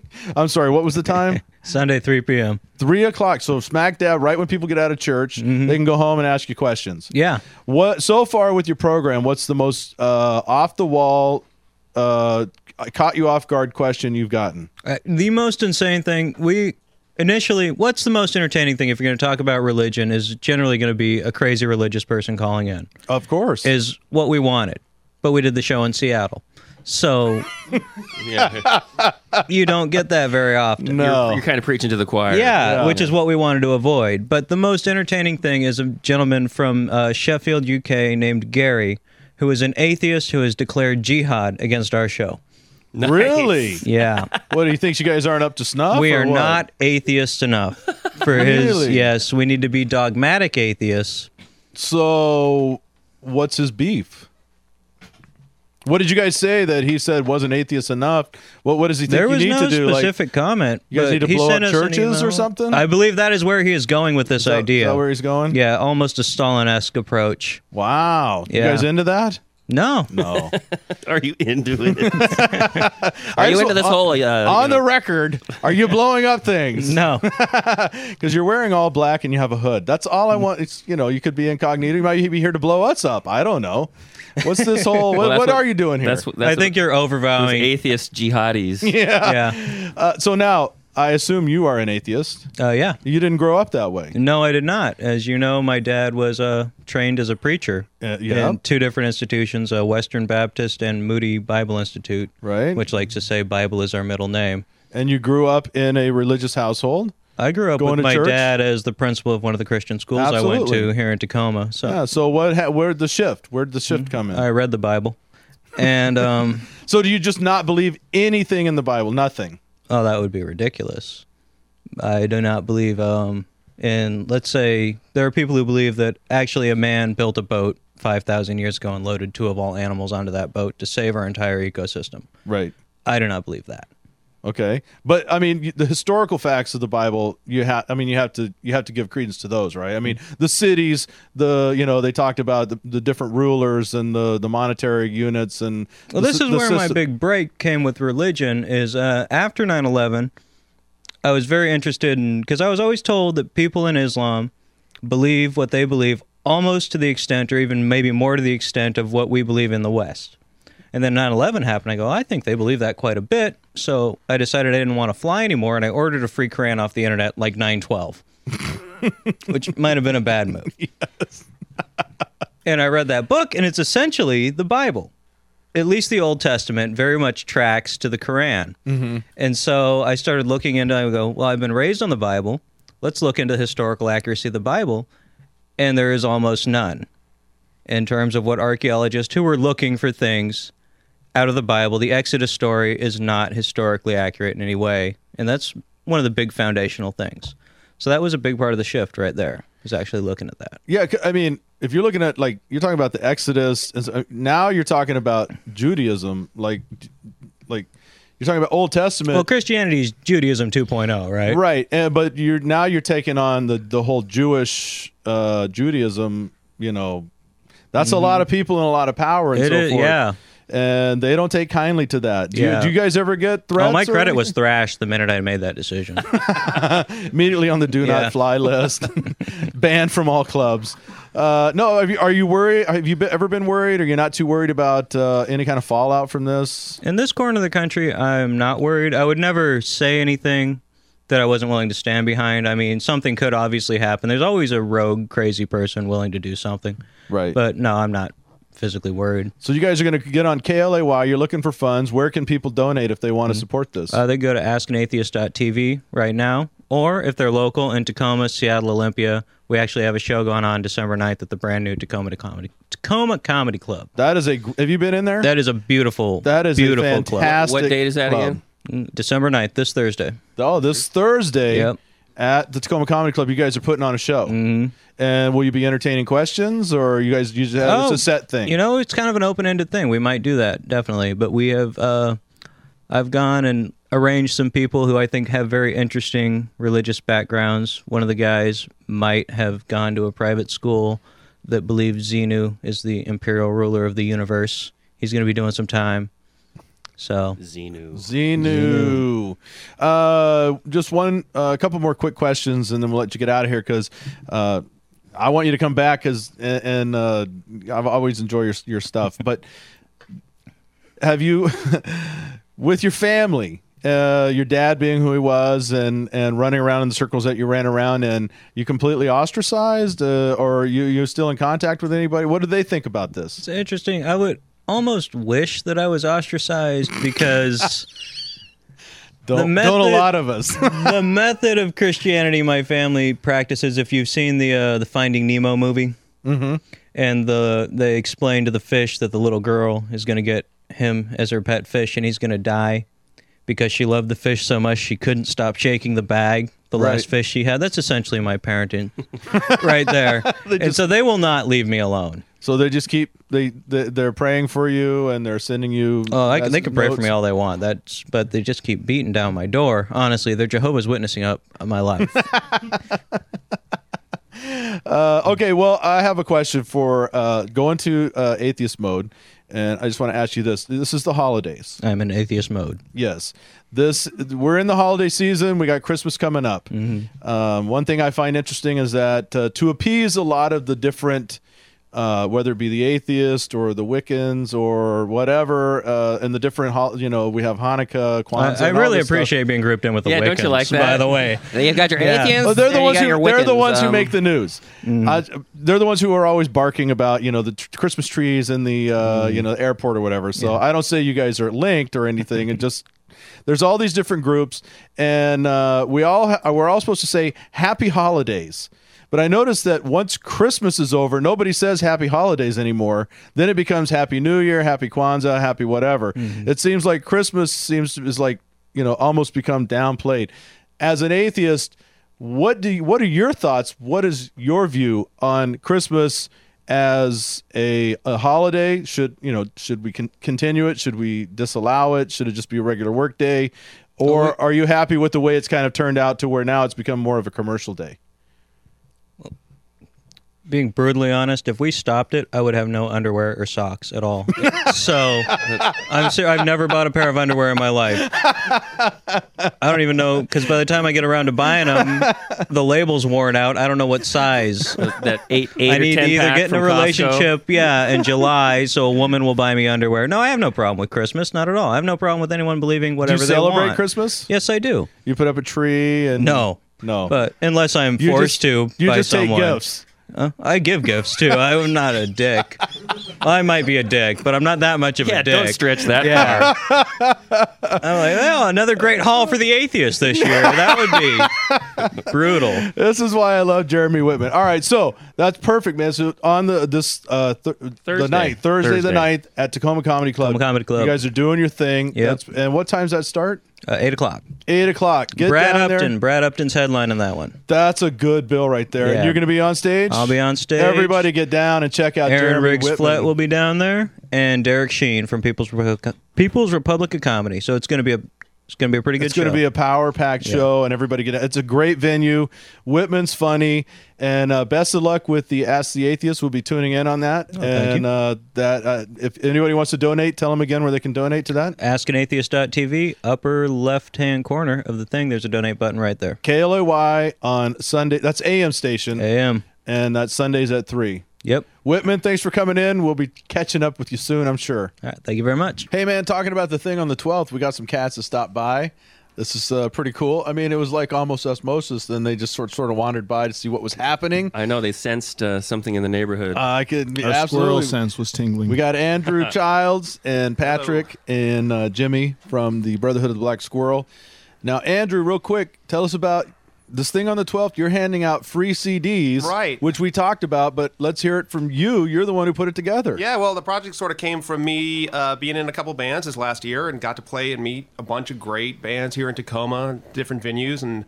Speaker 3: I'm sorry. What was the time?
Speaker 11: Sunday 3 p.m.
Speaker 3: Three o'clock. So smack dab right when people get out of church, they can go home and ask you questions.
Speaker 11: Mm-hmm. Yeah.
Speaker 3: What so far with your program? What's the most uh, off the wall, uh, caught you off guard question you've gotten?
Speaker 11: Uh, the most insane thing we initially what's the most entertaining thing if you're going to talk about religion is generally going to be a crazy religious person calling in
Speaker 3: Of course.
Speaker 11: is what we wanted but we did the show in seattle so you don't get that very often
Speaker 2: You're,
Speaker 3: no.
Speaker 2: you're kind of preaching to the choir.
Speaker 11: yeah,
Speaker 3: Yeah.
Speaker 11: which is what we wanted to avoid. But the most entertaining thing is a gentleman from uh, Sheffield, UK, named Gary, who is an atheist who has declared jihad against our show.
Speaker 3: Really?
Speaker 11: Yeah,
Speaker 3: What do you think? You guys aren't up to snuff?
Speaker 11: we
Speaker 3: or
Speaker 11: are
Speaker 3: what?
Speaker 11: not atheists enough for his.
Speaker 3: Really?
Speaker 11: Yes, we need to be dogmatic atheists.
Speaker 3: So, what's his beef? What did you guys say that he said wasn't atheist enough? What What does he think
Speaker 11: There
Speaker 3: you
Speaker 11: was
Speaker 3: need
Speaker 11: no
Speaker 3: to do? Like,
Speaker 11: specific comment.
Speaker 3: You guys
Speaker 11: but
Speaker 3: need to
Speaker 11: he
Speaker 3: blow
Speaker 11: sent
Speaker 3: up
Speaker 11: us an
Speaker 3: churches or
Speaker 11: email.
Speaker 3: something?
Speaker 11: I believe that is where he is going with this
Speaker 3: is that-
Speaker 11: idea.
Speaker 3: Is that where he's going?
Speaker 11: yeah, almost a Stalin-esque approach.
Speaker 3: Wow. You
Speaker 11: Yeah.
Speaker 3: guys into that?
Speaker 11: No,
Speaker 3: No.
Speaker 2: Are you into it? Are you into this whole? Uh,
Speaker 3: On
Speaker 2: you know-
Speaker 3: the record, are you blowing up things?
Speaker 11: no.
Speaker 3: Because you're wearing all black and you have a hood. That's all I want. It's you know you could be incognito. You might be here to blow us up. I don't know. What's this whole?
Speaker 2: Well,
Speaker 3: what,
Speaker 2: that's
Speaker 3: what are you doing here?
Speaker 2: That's what that's
Speaker 11: I think
Speaker 2: what
Speaker 11: you're
Speaker 2: those
Speaker 11: overvaluing.
Speaker 2: atheist jihadis.
Speaker 11: yeah.
Speaker 3: uh, so now I assume you are an atheist.
Speaker 11: Uh, yeah.
Speaker 3: You didn't grow up that way.
Speaker 11: No, I did not. As you know, my dad was uh, trained as a preacher
Speaker 3: Uh, yeah.
Speaker 11: in two different institutions, uh, Western Baptist and Moody Bible Institute,
Speaker 3: Right.
Speaker 11: which likes to say Bible is our middle name.
Speaker 3: and you grew up in a religious household.
Speaker 11: I grew up
Speaker 3: Going
Speaker 11: with
Speaker 3: to
Speaker 11: my
Speaker 3: church?
Speaker 11: dad as the principal of one of the Christian schools I went to
Speaker 3: Absolutely.
Speaker 11: here in Tacoma. So
Speaker 3: Yeah. So what? Ha- where'd the shift? Where'd the shift come in?
Speaker 11: Hmm? I read the Bible. And um,
Speaker 3: So do you just not believe anything in the Bible? Nothing.
Speaker 11: oh, that would be ridiculous. I do not believe um, in, let's say, there are people who believe that actually a man built a boat 5,000 years ago and loaded two of all animals onto that boat to save our entire ecosystem.
Speaker 3: Right.
Speaker 11: I do not believe that.
Speaker 3: Okay. But I mean, y- the historical facts of the Bible, you have. I mean, you have to you have to give credence to those, right? I mean, the cities, the you know, they talked about the, the different rulers and the the monetary units and.
Speaker 11: Well,
Speaker 3: the
Speaker 11: this
Speaker 3: sy-
Speaker 11: is
Speaker 3: the
Speaker 11: where my
Speaker 3: system-
Speaker 11: big break came with religion. Is uh, after 9/11, I was very interested in because I was always told that people in Islam believe what they believe almost to the extent, or even maybe more to the extent, of what we believe in the West. And then 9/11 happened. I go, I think they believe that quite a bit. So I decided I didn't want to fly anymore, and I ordered a free Quran off the internet like 9/12, which might have been a bad move. and I read that book, and it's essentially the Bible at least the Old Testament very much tracks to the Quran. Mm-hmm. And so I started looking into I go, well, I've been raised on the Bible. Let's look into historical accuracy of the Bible. And there is almost none in terms of what archaeologists who were looking for things out of the Bible. The Exodus story is not historically accurate in any way. And that's one of the big foundational things. So that was a big part of the shift right there, is actually looking at that.
Speaker 3: Yeah, c- I mean, if you're looking at like you're talking about the Exodus, and so- now you're talking about Judaism, like, d- like you're talking about Old Testament.
Speaker 11: Well, Christianity is Judaism 2.0, right?
Speaker 3: right and, but you're now you're taking on the the whole jewish uh judaism you know that's a lot of people and a lot of power and
Speaker 11: Mm-hmm. It
Speaker 3: so
Speaker 11: is-
Speaker 3: forth
Speaker 11: yeah.
Speaker 3: and they don't take kindly to that do,
Speaker 11: Yeah.
Speaker 3: you, do you guys ever get threats
Speaker 11: Oh, my
Speaker 3: or
Speaker 11: credit was
Speaker 3: anything?
Speaker 11: thrashed the minute I made that decision.
Speaker 3: immediately on the do
Speaker 11: Yeah.
Speaker 3: not fly list banned from all clubs uh no have you, are you worried have you be, ever been worried are you not too worried about uh any kind of fallout from this
Speaker 11: In this corner of the country, I'm not worried. I would never say anything that I wasn't willing to stand behind. I mean, something could obviously happen. There's always a rogue, crazy person willing to do something.
Speaker 3: Right.
Speaker 11: But no, I'm not physically worried.
Speaker 3: So you guys are going to get on KLAY. You're looking for funds. Where can people donate if they want to support this?
Speaker 11: Uh, they go to askanatheist.tv right now, or if they're local in Tacoma, Seattle, Olympia, we actually have a show going on December 9th at the brand new Tacoma to Comedy Tacoma Comedy Club.
Speaker 3: that is a. gr- Have you been in there?
Speaker 11: That is a beautiful,
Speaker 3: That is a
Speaker 11: beautiful
Speaker 3: fantastic
Speaker 11: club.
Speaker 3: What date is that club. again?
Speaker 11: Mm, December 9th, this Thursday.
Speaker 3: oh, this Thursday
Speaker 11: Yep.
Speaker 3: at the Tacoma Comedy Club, you guys are putting on a show. Mm-hmm. And will you be entertaining questions, or you guys you just have uh, it's a set thing?
Speaker 11: Oh, You know, it's kind of an open-ended thing. We might do that definitely, but we have uh, I've gone and arranged some people who I think have very interesting religious backgrounds. One of the guys might have gone to a private school that believed Xenu is the imperial ruler of the universe. He's going to be doing some time. So
Speaker 2: Xenu.
Speaker 3: Xenu. Uh, just one, a couple more quick questions, and then we'll let you get out of here because uh, I want you to come back because and, and uh, I've always enjoy your your stuff. But have you with your family? Uh, your dad being who he was, and and running around in the circles that you ran around in, you completely ostracized, uh, or you you're still in contact with anybody? What do they think about this?
Speaker 11: It's interesting. I would almost wish that I was ostracized because
Speaker 3: Don't, don't a lot of us.
Speaker 11: the method of Christianity my family practices. If you've seen the uh, the Finding Nemo movie,
Speaker 3: mm-hmm.
Speaker 11: and the they explain to the fish that the little girl is going to get him as her pet fish, and he's going to die because she loved the fish so much she couldn't stop shaking the bag. The
Speaker 3: Right.
Speaker 11: last fish she had. That's essentially my parenting, right there. and so they will not leave me alone.
Speaker 3: So they just keep they, they they're praying for you and they're sending you.
Speaker 11: Oh, I, can- they
Speaker 3: mess-
Speaker 11: can pray for
Speaker 3: notes.
Speaker 11: me all they want. That's but they just keep beating down my door. Honestly, they're Jehovah's Witnessing up my life.
Speaker 3: Uh, okay, well, I have a question for uh, going to uh, atheist mode, and I just want to ask you this: This is the holidays.
Speaker 11: I'm in atheist mode.
Speaker 3: Yes, this we're in the holiday season. We got Christmas coming up.
Speaker 11: Mm-hmm.
Speaker 3: Um, one thing I find interesting is that uh, to appease a lot of the different, uh, whether it be the atheist or the Wiccans or whatever, uh, and the different, hol- you know, we have Hanukkah, Kwanzaa.
Speaker 11: I, I
Speaker 3: and all
Speaker 11: really
Speaker 3: this stuff.
Speaker 11: appreciate being grouped in with the
Speaker 2: Yeah,
Speaker 11: Wiccans.
Speaker 2: don't you like that?
Speaker 11: By the way,
Speaker 2: You've got your
Speaker 11: Yeah.
Speaker 2: atheists.
Speaker 3: Oh, they're
Speaker 2: and
Speaker 3: the
Speaker 2: you
Speaker 3: ones
Speaker 2: got
Speaker 3: who
Speaker 2: your
Speaker 3: they're the
Speaker 2: Wiccans,
Speaker 3: ones who
Speaker 2: um,
Speaker 3: make the news. I- they're the ones who are always barking about you know the tr- Christmas trees in the uh, you know airport or whatever. So I don't say you guys are linked or anything. and just there's all these different groups, and uh, we all ha- we're all supposed to say Happy Holidays. But I noticed that once Christmas is over, nobody says Happy Holidays anymore. Then it becomes Happy New Year, Happy Kwanzaa, Happy whatever. It seems like Christmas seems to, is like you know almost become downplayed. As an atheist, what do you, what are your thoughts? What is your view on Christmas as a, a holiday? Should you know? Should we con- continue it? Should we disallow it? Should it just be a regular work day? Or are you happy with the way it's kind of turned out to where now it's become more of a commercial day?
Speaker 11: being brutally honest, if we stopped it, I would have no underwear or socks at all. so I'm ser- I've never bought a pair of underwear in my life. I don't even know because by the time I get around to buying them, the label's worn out. I don't know what size.
Speaker 2: that eight, eight
Speaker 11: I
Speaker 2: or
Speaker 11: need to
Speaker 2: ten
Speaker 11: either
Speaker 2: pack
Speaker 11: get in a
Speaker 2: from Costco.
Speaker 11: relationship, yeah, in July, so a woman will buy me underwear. No, I have no problem with Christmas, not at all. I have no problem with anyone believing
Speaker 3: Do you
Speaker 11: whatever they
Speaker 3: celebrate
Speaker 11: want.
Speaker 3: Christmas?
Speaker 11: Yes, I do.
Speaker 3: You put up a tree and
Speaker 11: No,
Speaker 3: no.
Speaker 11: but unless I'm
Speaker 3: You
Speaker 11: forced
Speaker 3: just-
Speaker 11: to
Speaker 3: you
Speaker 11: by
Speaker 3: just take
Speaker 11: someone.
Speaker 3: gifts.
Speaker 11: Huh? I give gifts too. I'm not a dick. I might be a dick, but I'm not that much of
Speaker 2: Yeah,
Speaker 11: a dick.
Speaker 2: don't stretch that
Speaker 11: Yeah.
Speaker 2: far.
Speaker 11: I'm like, well, another great haul for the atheist this year. That would be brutal.
Speaker 3: This is why I love Jeremy Whitman. All right, so that's perfect, man. So on the this uh, th- the
Speaker 2: Thursday.
Speaker 3: night Thursday, the
Speaker 2: Thursday.
Speaker 3: ninth at Tacoma Comedy Club.
Speaker 11: Tacoma Comedy Club.
Speaker 3: You guys are doing your thing.
Speaker 11: Yep.
Speaker 3: That's- And what time's that start?
Speaker 11: Uh, eight o'clock.
Speaker 3: Eight o'clock. Get
Speaker 11: Brad
Speaker 3: down
Speaker 11: Upton.
Speaker 3: there.
Speaker 11: Brad Upton's headline in that one.
Speaker 3: That's a good bill right there. And
Speaker 11: Yeah.
Speaker 3: you're going to be on stage.
Speaker 11: I'll be on stage.
Speaker 3: Everybody, get down and check out
Speaker 11: Aaron
Speaker 3: Jeremy
Speaker 11: Riggs
Speaker 3: Whitman.
Speaker 11: Flett will be down there, and Derek Sheen from People's Republic, People's Republic of Comedy. So it's going to be a it's going to be a pretty good
Speaker 3: it's going
Speaker 11: show.
Speaker 3: to be a power packed show, and everybody get. It's a great venue. Whitman's funny, and uh, best of luck with the Ask the Atheist. We'll be tuning in on that,
Speaker 11: Oh, thank
Speaker 3: and
Speaker 11: you.
Speaker 3: uh, that uh, if anybody wants to donate, tell them again where they can donate to that.
Speaker 11: askanatheist.tv, upper left hand corner of the thing. There's a donate button right there.
Speaker 3: KLOY on Sunday. That's AM station,
Speaker 11: AM.
Speaker 3: and that's Sundays at three.
Speaker 11: Yep.
Speaker 3: Whitman, thanks for coming in. We'll be catching up with you soon, I'm sure.
Speaker 11: All right. Thank you very much.
Speaker 3: Hey man, talking about the thing on the 12th, we got some cats that stopped by. This is uh, pretty cool. I mean, it was like almost osmosis. Then they just sort sort of wandered by to see what was happening.
Speaker 2: I know they sensed uh, something in the neighborhood.
Speaker 3: I could
Speaker 12: Our squirrel
Speaker 3: absolutely.
Speaker 12: sense was tingling.
Speaker 3: We got Andrew Childs and Patrick
Speaker 13: Oh.
Speaker 3: and uh, Jimmy from the Brotherhood of the Black Squirrel. Now, Andrew, real quick, tell us about this thing on the 12th. You're handing out free CDs,
Speaker 13: Right.
Speaker 3: Which we talked about, but let's hear it from you. You're the one who put it together.
Speaker 13: Yeah, well, the project sort of came from me uh, being in a couple bands this last year and got to play and meet a bunch of great bands here in Tacoma, different venues, and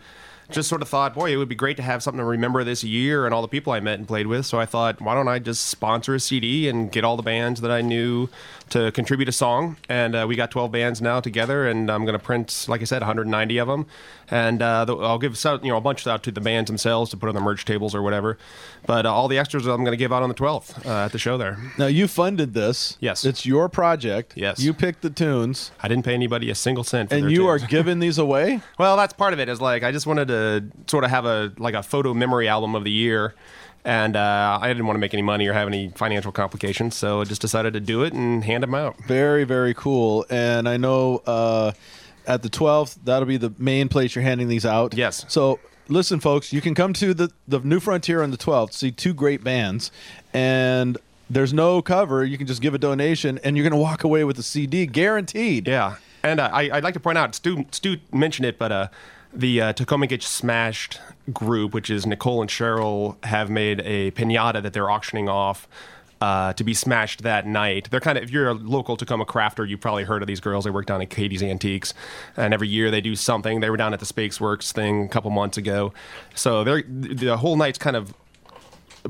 Speaker 13: just sort of thought, boy, it would be great to have something to remember this year and all the people I met and played with. So I thought, why don't I just sponsor a CD and get all the bands that I knew to contribute a song? And uh, we got 12 bands now together, and I'm going to print, like I said, 190 of them, and uh, th- I'll give some, you know a bunch out to the bands themselves to put on the merch tables or whatever. But uh, all the extras I'm going to give out on the 12th uh, at the show there.
Speaker 3: Now you funded this. Yes. It's your project.
Speaker 13: Yes.
Speaker 3: You picked the tunes.
Speaker 13: I didn't pay anybody a single cent. For
Speaker 3: and
Speaker 13: their
Speaker 3: you are
Speaker 13: tunes.
Speaker 3: giving these away?
Speaker 13: well, that's part of it. Is like I just wanted to sort of have a like a photo memory album of the year, and uh, I didn't want to make any money or have any financial complications, so I just decided to do it and hand them out.
Speaker 3: Very, very cool. And I know uh, at the 12th, that'll be the main place you're handing these out. Yes. So listen, folks, you can come to the, the New Frontier on the 12th, see two great bands, and there's no cover. You can just give a donation, and you're going to walk away with a CD guaranteed.
Speaker 13: Yeah. And uh, I, I'd like to point out, Stu, Stu mentioned it, but uh, the uh, Tacoma Gets Smashed group, which is Nicole and Cheryl, have made a pinata that they're auctioning off. Uh, to be smashed that night. They're kind of, if you're a local Tacoma crafter, you've probably heard of these girls. They work down at Katie's Antiques, and every year they do something. They were down at the Space Works thing a couple months ago. So they're, the whole night's kind of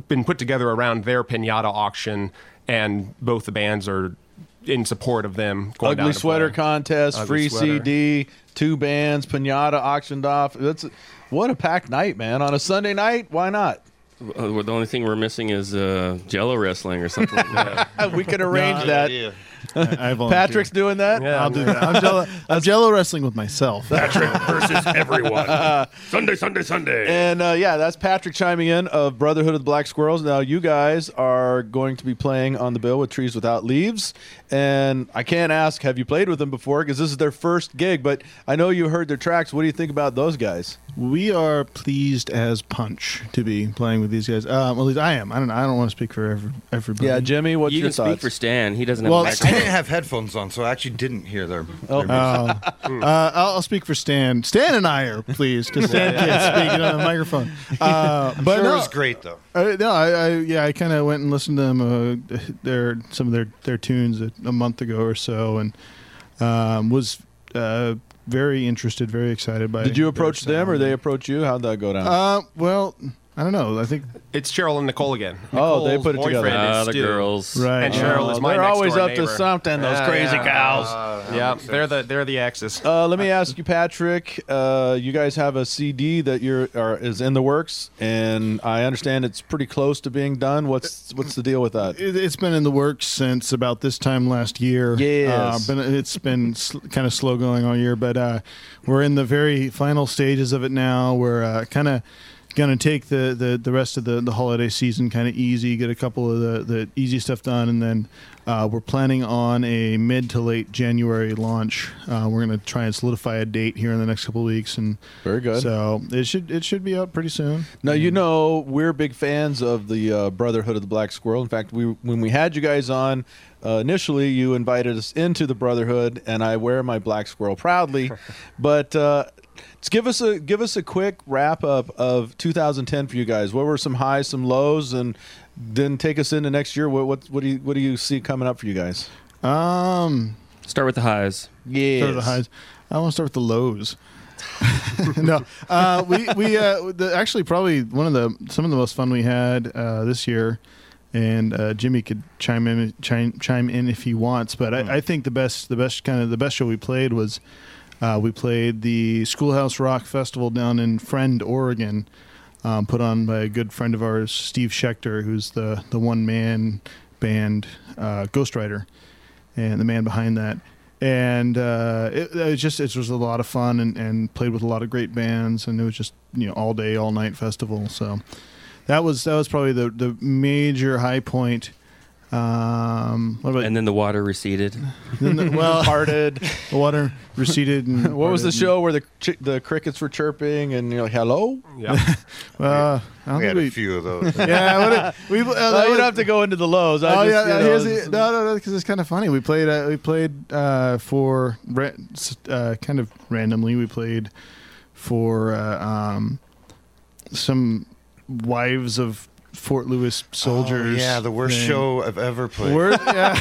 Speaker 13: been put together around their pinata auction, and both the bands are in support of them. Going down
Speaker 3: Ugly
Speaker 13: to
Speaker 3: sweater
Speaker 13: play.
Speaker 3: contest,
Speaker 13: Ugly
Speaker 3: free
Speaker 13: sweater.
Speaker 3: CD, two bands, pinata auctioned off. That's what a packed night, man. On a Sunday night, why not?
Speaker 2: Uh, the only thing we're missing is uh, Jello wrestling or something like that.
Speaker 3: we can arrange
Speaker 12: Good
Speaker 3: that.
Speaker 12: idea.
Speaker 3: Patrick's doing that.
Speaker 12: I'll do that. I'm jello, I'm jello wrestling with myself.
Speaker 10: Patrick versus everyone. Sunday, Sunday, Sunday.
Speaker 3: And uh, yeah, that's Patrick chiming in of Brotherhood of the Black Squirrels. Now you guys are going to be playing on the bill with Trees Without Leaves, and I can't ask have you played with them before because this is their first gig. But I know you heard their tracks. What do you think about those guys?
Speaker 12: We are pleased as punch to be playing with these guys. Um, at least I am. I don't. I don't want to speak for every, everybody.
Speaker 3: Yeah, Jimmy, what's
Speaker 2: you
Speaker 12: your
Speaker 2: can speak
Speaker 12: thoughts?
Speaker 2: for Stan. He doesn't
Speaker 12: Well,
Speaker 2: have.
Speaker 12: I-
Speaker 2: a
Speaker 12: I
Speaker 2: microphone.
Speaker 12: didn't
Speaker 14: have headphones on, so I actually didn't hear their. Hmm.
Speaker 12: Oh. Uh, uh, I'll I'll speak for Stan. Stan and I are pleased because Stan can't speak into the microphone. Uh,
Speaker 14: I'm
Speaker 12: but
Speaker 14: sure
Speaker 12: no,
Speaker 14: it was great though.
Speaker 12: Uh, no, I, I yeah, I kind of went and listened to them uh, their some of their their tunes a, a month ago or so, and um, was uh, very interested, very excited by.
Speaker 3: Did you
Speaker 12: their
Speaker 3: approach them or
Speaker 12: sound.
Speaker 3: they approach you? How'd that go down?
Speaker 12: Uh, well, I don't know. I think
Speaker 13: It's Cheryl and Nicole again.
Speaker 3: Oh, they
Speaker 13: Nicole's
Speaker 3: put it together.
Speaker 13: boyfriend is
Speaker 2: Ah, the
Speaker 13: Stu,
Speaker 2: girls.
Speaker 12: Right.
Speaker 13: And Cheryl
Speaker 3: Oh,
Speaker 13: is my
Speaker 3: they're
Speaker 13: next-door
Speaker 3: always up to
Speaker 13: neighbor.
Speaker 3: something, those crazy gals.
Speaker 13: Yeah, yeah they're the they're the exes.
Speaker 3: Uh, let me ask you, Patrick. Uh, you guys have a CD that you're are, is in the works, and I understand it's pretty close to being done. What's what's the deal with that?
Speaker 12: it, it's been in the works since about this time last year.
Speaker 3: Yes.
Speaker 12: uh, been, it's been sl- kind of slow going all year, but uh, we're in the very final stages of it now. We're uh, kind of going to take the, the, the rest of the, the holiday season kind of easy, get a couple of the, the easy stuff done, and then uh, we're planning on a mid to late January launch. Uh, we're going to try and solidify a date here in the next couple of weeks, and
Speaker 3: very good.
Speaker 12: So it should it should be out pretty soon.
Speaker 3: Now you know we're big fans of the uh, Brotherhood of the Black Squirrel. In fact, we when we had you guys on uh, initially, you invited us into the Brotherhood, and I wear my black squirrel proudly. but uh, just give us a give us a quick wrap up of 2010 for you guys. What were some highs, some lows, and then take us into next year. What what, what do you what do you see coming up for you guys?
Speaker 12: Um,
Speaker 2: Start with the highs.
Speaker 3: Yeah.
Speaker 12: Start with the highs. I want to start with the lows. no, uh, we we uh, the, actually probably one of the some of the most fun we had uh, this year, and uh, Jimmy could chime in chime, chime in if he wants. But I, I think the best the best kind of the best show we played was uh, we played the Schoolhouse Rock Festival down in Friend, Oregon, um, put on by a good friend of ours, Steve Schechter, who's the the one man band uh, Ghostwriter and the man behind that. And uh, it, it was just it was a lot of fun and, and played with a lot of great bands and it was just you know all day all night festival. So that was that was probably the the major high point Um, what about
Speaker 2: and then the water receded.
Speaker 12: Then the- well,
Speaker 3: parted.
Speaker 12: The water receded. And
Speaker 3: What was the
Speaker 12: parted.
Speaker 3: show where the chi- the crickets were chirping and you're like, "Hello"?
Speaker 13: Yeah.
Speaker 12: Uh, I don't
Speaker 14: We
Speaker 12: think
Speaker 14: had a few of those.
Speaker 12: yeah, what a- we. Uh,
Speaker 3: No,
Speaker 12: that
Speaker 3: you
Speaker 12: was-
Speaker 3: don't have to go into the lows. I
Speaker 12: oh
Speaker 3: just,
Speaker 12: yeah,
Speaker 3: you know,
Speaker 12: here's
Speaker 3: it's-
Speaker 12: the, no, no, no, because it's kind of funny. We played, uh, we played uh, for ra- s- uh, kind of randomly. We played for uh, um, some wives of Fort Lewis soldiers.
Speaker 14: Oh, yeah, the worst
Speaker 12: thing.
Speaker 14: show I've ever played.
Speaker 12: Worst- yeah.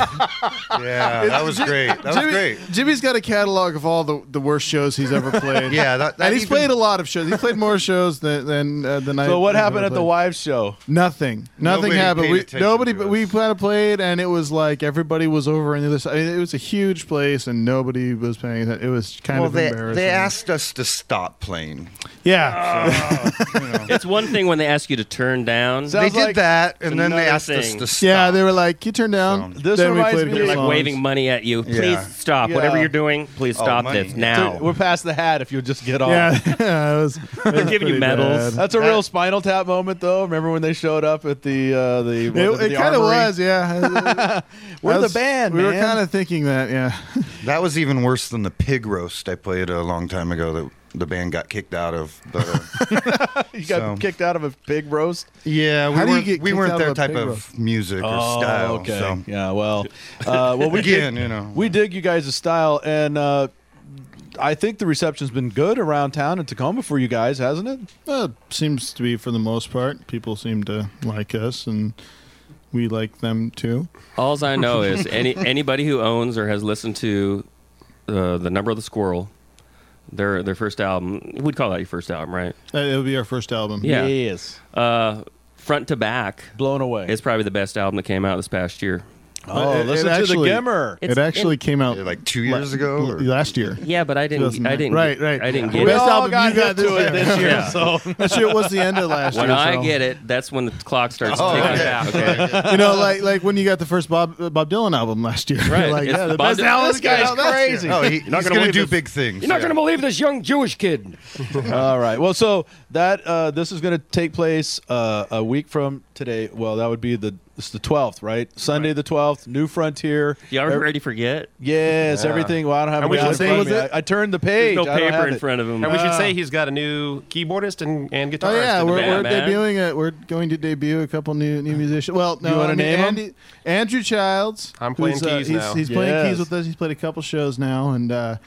Speaker 14: Yeah, that was
Speaker 12: Jim-
Speaker 14: great. That was
Speaker 12: Jimmy-
Speaker 14: great.
Speaker 12: Jimmy's got a catalog of all the, the worst shows he's ever played.
Speaker 14: Yeah, that- that
Speaker 12: and he's
Speaker 14: even-
Speaker 12: played a lot of shows. He's played more shows than than uh, than I.
Speaker 3: So what
Speaker 12: than I
Speaker 3: happened at the
Speaker 12: played.
Speaker 3: wives show?
Speaker 12: Nothing. Nothing
Speaker 3: Nobody
Speaker 12: happened.
Speaker 3: paid
Speaker 12: We,
Speaker 3: attention
Speaker 12: nobody. But we kind of played, and it was like everybody was over on the other side. I mean, it was a huge place, and nobody was paying attention. It was kind
Speaker 14: well,
Speaker 12: of
Speaker 14: they,
Speaker 12: embarrassing.
Speaker 14: they asked us to stop playing.
Speaker 12: yeah.
Speaker 2: it's one thing when they ask you to turn down.
Speaker 14: Sounds They did like that, and then they asked us to
Speaker 12: yeah, they were like, "You turn down."
Speaker 3: This
Speaker 12: Then we
Speaker 3: reminds
Speaker 12: played a
Speaker 3: me-
Speaker 12: couple
Speaker 2: They're like
Speaker 12: songs.
Speaker 2: waving money at you.
Speaker 12: Yeah.
Speaker 2: Please stop.
Speaker 3: Yeah.
Speaker 2: Whatever you're doing, please
Speaker 3: Oh,
Speaker 2: stop
Speaker 3: money.
Speaker 2: this now.
Speaker 3: Dude, we're past the hat. If you'll just get off.
Speaker 12: Yeah, yeah, it was, it
Speaker 2: They're
Speaker 12: was
Speaker 2: giving you
Speaker 12: pretty
Speaker 2: medals.
Speaker 12: bad.
Speaker 3: That's a real Spinal Tap moment, though. Remember when they showed up at the uh, the
Speaker 12: It, it kind of was, yeah.
Speaker 3: We're the
Speaker 12: That's-
Speaker 3: band,
Speaker 12: We were
Speaker 3: man.
Speaker 12: kind of thinking that, yeah.
Speaker 14: That was even worse than the pig roast I played a long time ago that the band got kicked out of. But, uh,
Speaker 3: You got
Speaker 14: So-
Speaker 3: kicked out of a pig roast.
Speaker 14: yeah, we
Speaker 3: How do you
Speaker 14: weren't,
Speaker 3: get
Speaker 14: we
Speaker 3: kicked
Speaker 14: weren't
Speaker 3: out
Speaker 14: their
Speaker 3: of a
Speaker 14: type
Speaker 3: pig
Speaker 14: of
Speaker 3: roast?
Speaker 14: music or
Speaker 3: Oh,
Speaker 14: style.
Speaker 3: okay.
Speaker 14: So.
Speaker 3: Yeah, well, uh, well, we
Speaker 14: Again,
Speaker 3: dig,
Speaker 14: you know.
Speaker 3: we dig you guys' style, and uh, I think the reception's been good around town in Tacoma for you guys, hasn't it?
Speaker 12: Uh, seems to be for the most part. People seem to like us, and we like them too.
Speaker 2: All I know is any anybody who owns or has listened to uh, the number of the squirrel, their their first album, we'd call that your first album, right?
Speaker 12: Uh, it would be our first album.
Speaker 2: Yeah. Yes. Uh, front to back,
Speaker 3: blown away
Speaker 2: is probably the best album that came out this past year.
Speaker 3: Oh,
Speaker 12: It- it
Speaker 3: listen to
Speaker 12: actually-
Speaker 3: the Gimmer.
Speaker 12: It actually came out
Speaker 14: like two
Speaker 12: years ago. Last year.
Speaker 2: Yeah, but I didn't. I
Speaker 12: 2009.
Speaker 2: didn't.
Speaker 12: Right, right.
Speaker 2: I didn't
Speaker 12: We
Speaker 2: get
Speaker 12: all
Speaker 2: it.
Speaker 12: got you got this year. Yeah. That shit was the end of last
Speaker 2: when
Speaker 12: year,
Speaker 2: When I
Speaker 12: so.
Speaker 2: get it, that's when the clock starts
Speaker 12: Oh,
Speaker 2: ticking
Speaker 12: okay.
Speaker 2: back. Okay.
Speaker 12: you know, like like when you got the first Bob uh, Bob Dylan album last year. You're
Speaker 2: Right.
Speaker 12: like,
Speaker 2: It's
Speaker 12: yeah, the
Speaker 2: Bob
Speaker 12: best
Speaker 2: Dylan.
Speaker 12: album
Speaker 2: This
Speaker 12: came
Speaker 2: guy's
Speaker 12: out last
Speaker 2: crazy.
Speaker 12: year.
Speaker 2: Oh, he-
Speaker 14: He's gonna do big
Speaker 2: You're not going to believe this young Jewish kid.
Speaker 3: All right. Well, so that uh, this is going to take place uh, a week from today. Well, that would be the it's the twelfth, right? Sunday the twelfth. New Frontier.
Speaker 2: Y'all
Speaker 12: er
Speaker 3: Ev-
Speaker 2: ready to forget?
Speaker 3: Yes, everything. Well, I don't have.
Speaker 13: And we
Speaker 3: it in
Speaker 13: should say-
Speaker 3: front of
Speaker 13: was
Speaker 3: me.
Speaker 13: it-
Speaker 3: I, I turned the page.
Speaker 13: There's
Speaker 3: I don't have it. Ah.
Speaker 13: And we should say he's got a new keyboardist and, and guitarist.
Speaker 12: Oh yeah,
Speaker 13: in the
Speaker 12: we're, we're
Speaker 13: band.
Speaker 12: debuting. A, we're going to debut a couple new new musicians. Well, no,
Speaker 13: You wanna
Speaker 12: I mean,
Speaker 13: name 'em?
Speaker 12: Andy, Andrew Childs.
Speaker 13: I'm playing
Speaker 12: who's, uh,
Speaker 13: keys
Speaker 12: he's,
Speaker 13: now.
Speaker 12: He's playing
Speaker 13: Yes.
Speaker 12: keys with us. He's played a couple shows now, and uh,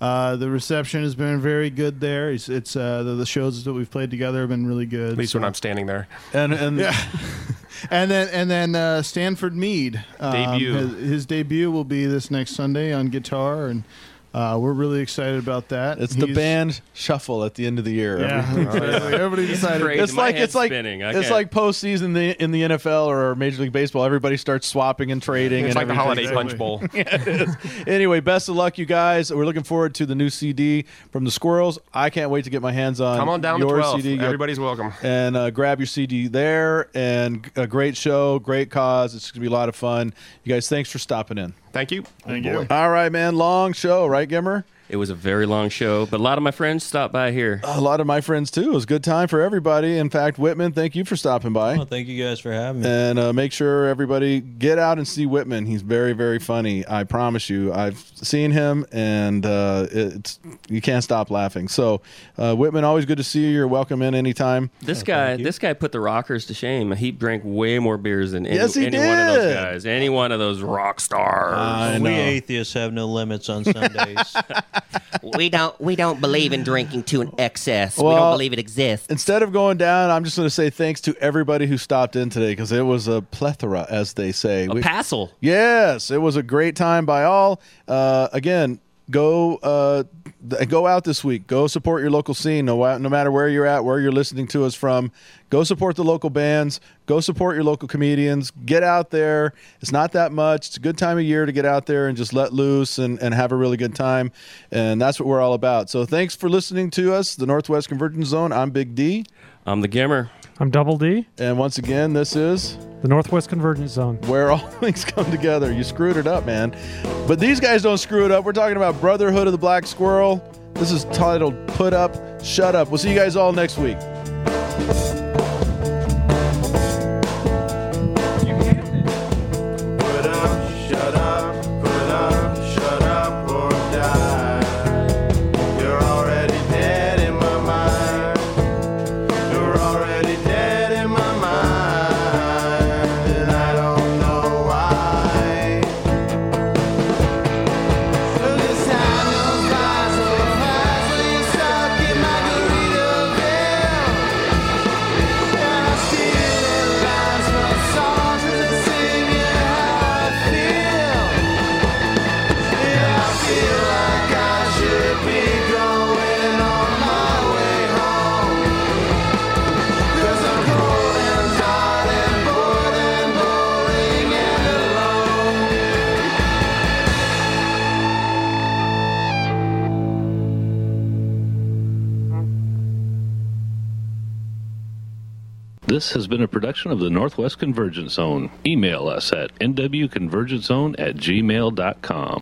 Speaker 12: uh, the reception has been very good there. It's, it's uh, the, the shows that we've played together have been really good.
Speaker 13: At least when I'm standing there.
Speaker 3: And and
Speaker 12: and then and then uh, Stanford Mead um,
Speaker 13: Debut.
Speaker 12: His, his debut will be this next Sunday on guitar, and uh, we're really excited about that.
Speaker 3: It's the
Speaker 12: He's-
Speaker 3: band shuffle at the end of the year.
Speaker 12: Yeah. Everybody- everybody It's decided- crazy.
Speaker 3: It's
Speaker 12: My
Speaker 3: like
Speaker 12: head's
Speaker 3: it's like
Speaker 12: spinning. I
Speaker 3: it's
Speaker 12: can't-
Speaker 3: like postseason in the, in the NFL or Major League Baseball. Everybody starts swapping and trading.
Speaker 13: It's like
Speaker 3: and
Speaker 13: the
Speaker 3: everything.
Speaker 13: holiday punch bowl.
Speaker 3: Yeah, it is. anyway, best of luck, you guys. We're looking forward to the new CD from the Squirrels. I can't wait to get my hands on.
Speaker 13: Come on down the
Speaker 3: your
Speaker 13: 12th.
Speaker 3: CD. Yep.
Speaker 13: Everybody's welcome.
Speaker 3: And uh, grab your CD there. And a great show, great cause. It's gonna be a lot of fun. You guys, thanks for stopping in.
Speaker 13: Thank you.
Speaker 12: Thank
Speaker 13: you.
Speaker 3: All right, man. Long show, right, Gimmer?
Speaker 2: It was a very long show, but a lot of my friends stopped by here.
Speaker 3: A lot of my friends too. It was a good time for everybody. In fact, Whitman, thank you for stopping by.
Speaker 11: Well, thank you guys for having me.
Speaker 3: and uh, make sure everybody get out and see Whitman. He's very, very funny. I promise you. I've seen him, and uh, it's you can't stop laughing. So, uh, Whitman, always good to see you. You're welcome in anytime.
Speaker 2: This guy, this guy put the rockers to shame. He drank way more beers than any,
Speaker 3: Yes, he
Speaker 2: any one of those
Speaker 3: did.
Speaker 2: guys, any one of those rock stars.
Speaker 11: we atheists have no limits on Sundays.
Speaker 15: we don't we don't believe in drinking to an excess. we
Speaker 3: Well-
Speaker 15: don't believe it exists.
Speaker 3: Instead of going down, I'm just going to say thanks to everybody who stopped in today because it was a plethora, as they say. A
Speaker 2: passel.
Speaker 3: Yes, it was a great time by all. Uh, again, go uh, th- go out this week. Go support your local scene, no, wa- no matter where you're at, where you're listening to us from. Go support the local bands. Go support your local comedians. Get out there. It's not that much. It's a good time of year to get out there and just let loose and, and have a really good time. And that's what we're all about. So thanks for listening to us, the Northwest Convergence Zone. I'm Big D.
Speaker 2: I'm the Gimmer.
Speaker 16: I'm Double D,
Speaker 3: And once again, this is
Speaker 16: the Northwest Convergence Zone.
Speaker 3: where all things come together. You screwed it up, man. But these guys don't screw it up. We're talking about Brotherhood of the Black Squirrel. This is titled Put Up, Shut Up. We'll see you guys all next week.
Speaker 2: This has been a production of the Northwest Convergence Zone. Email us at nwconvergencezone at gmail.com.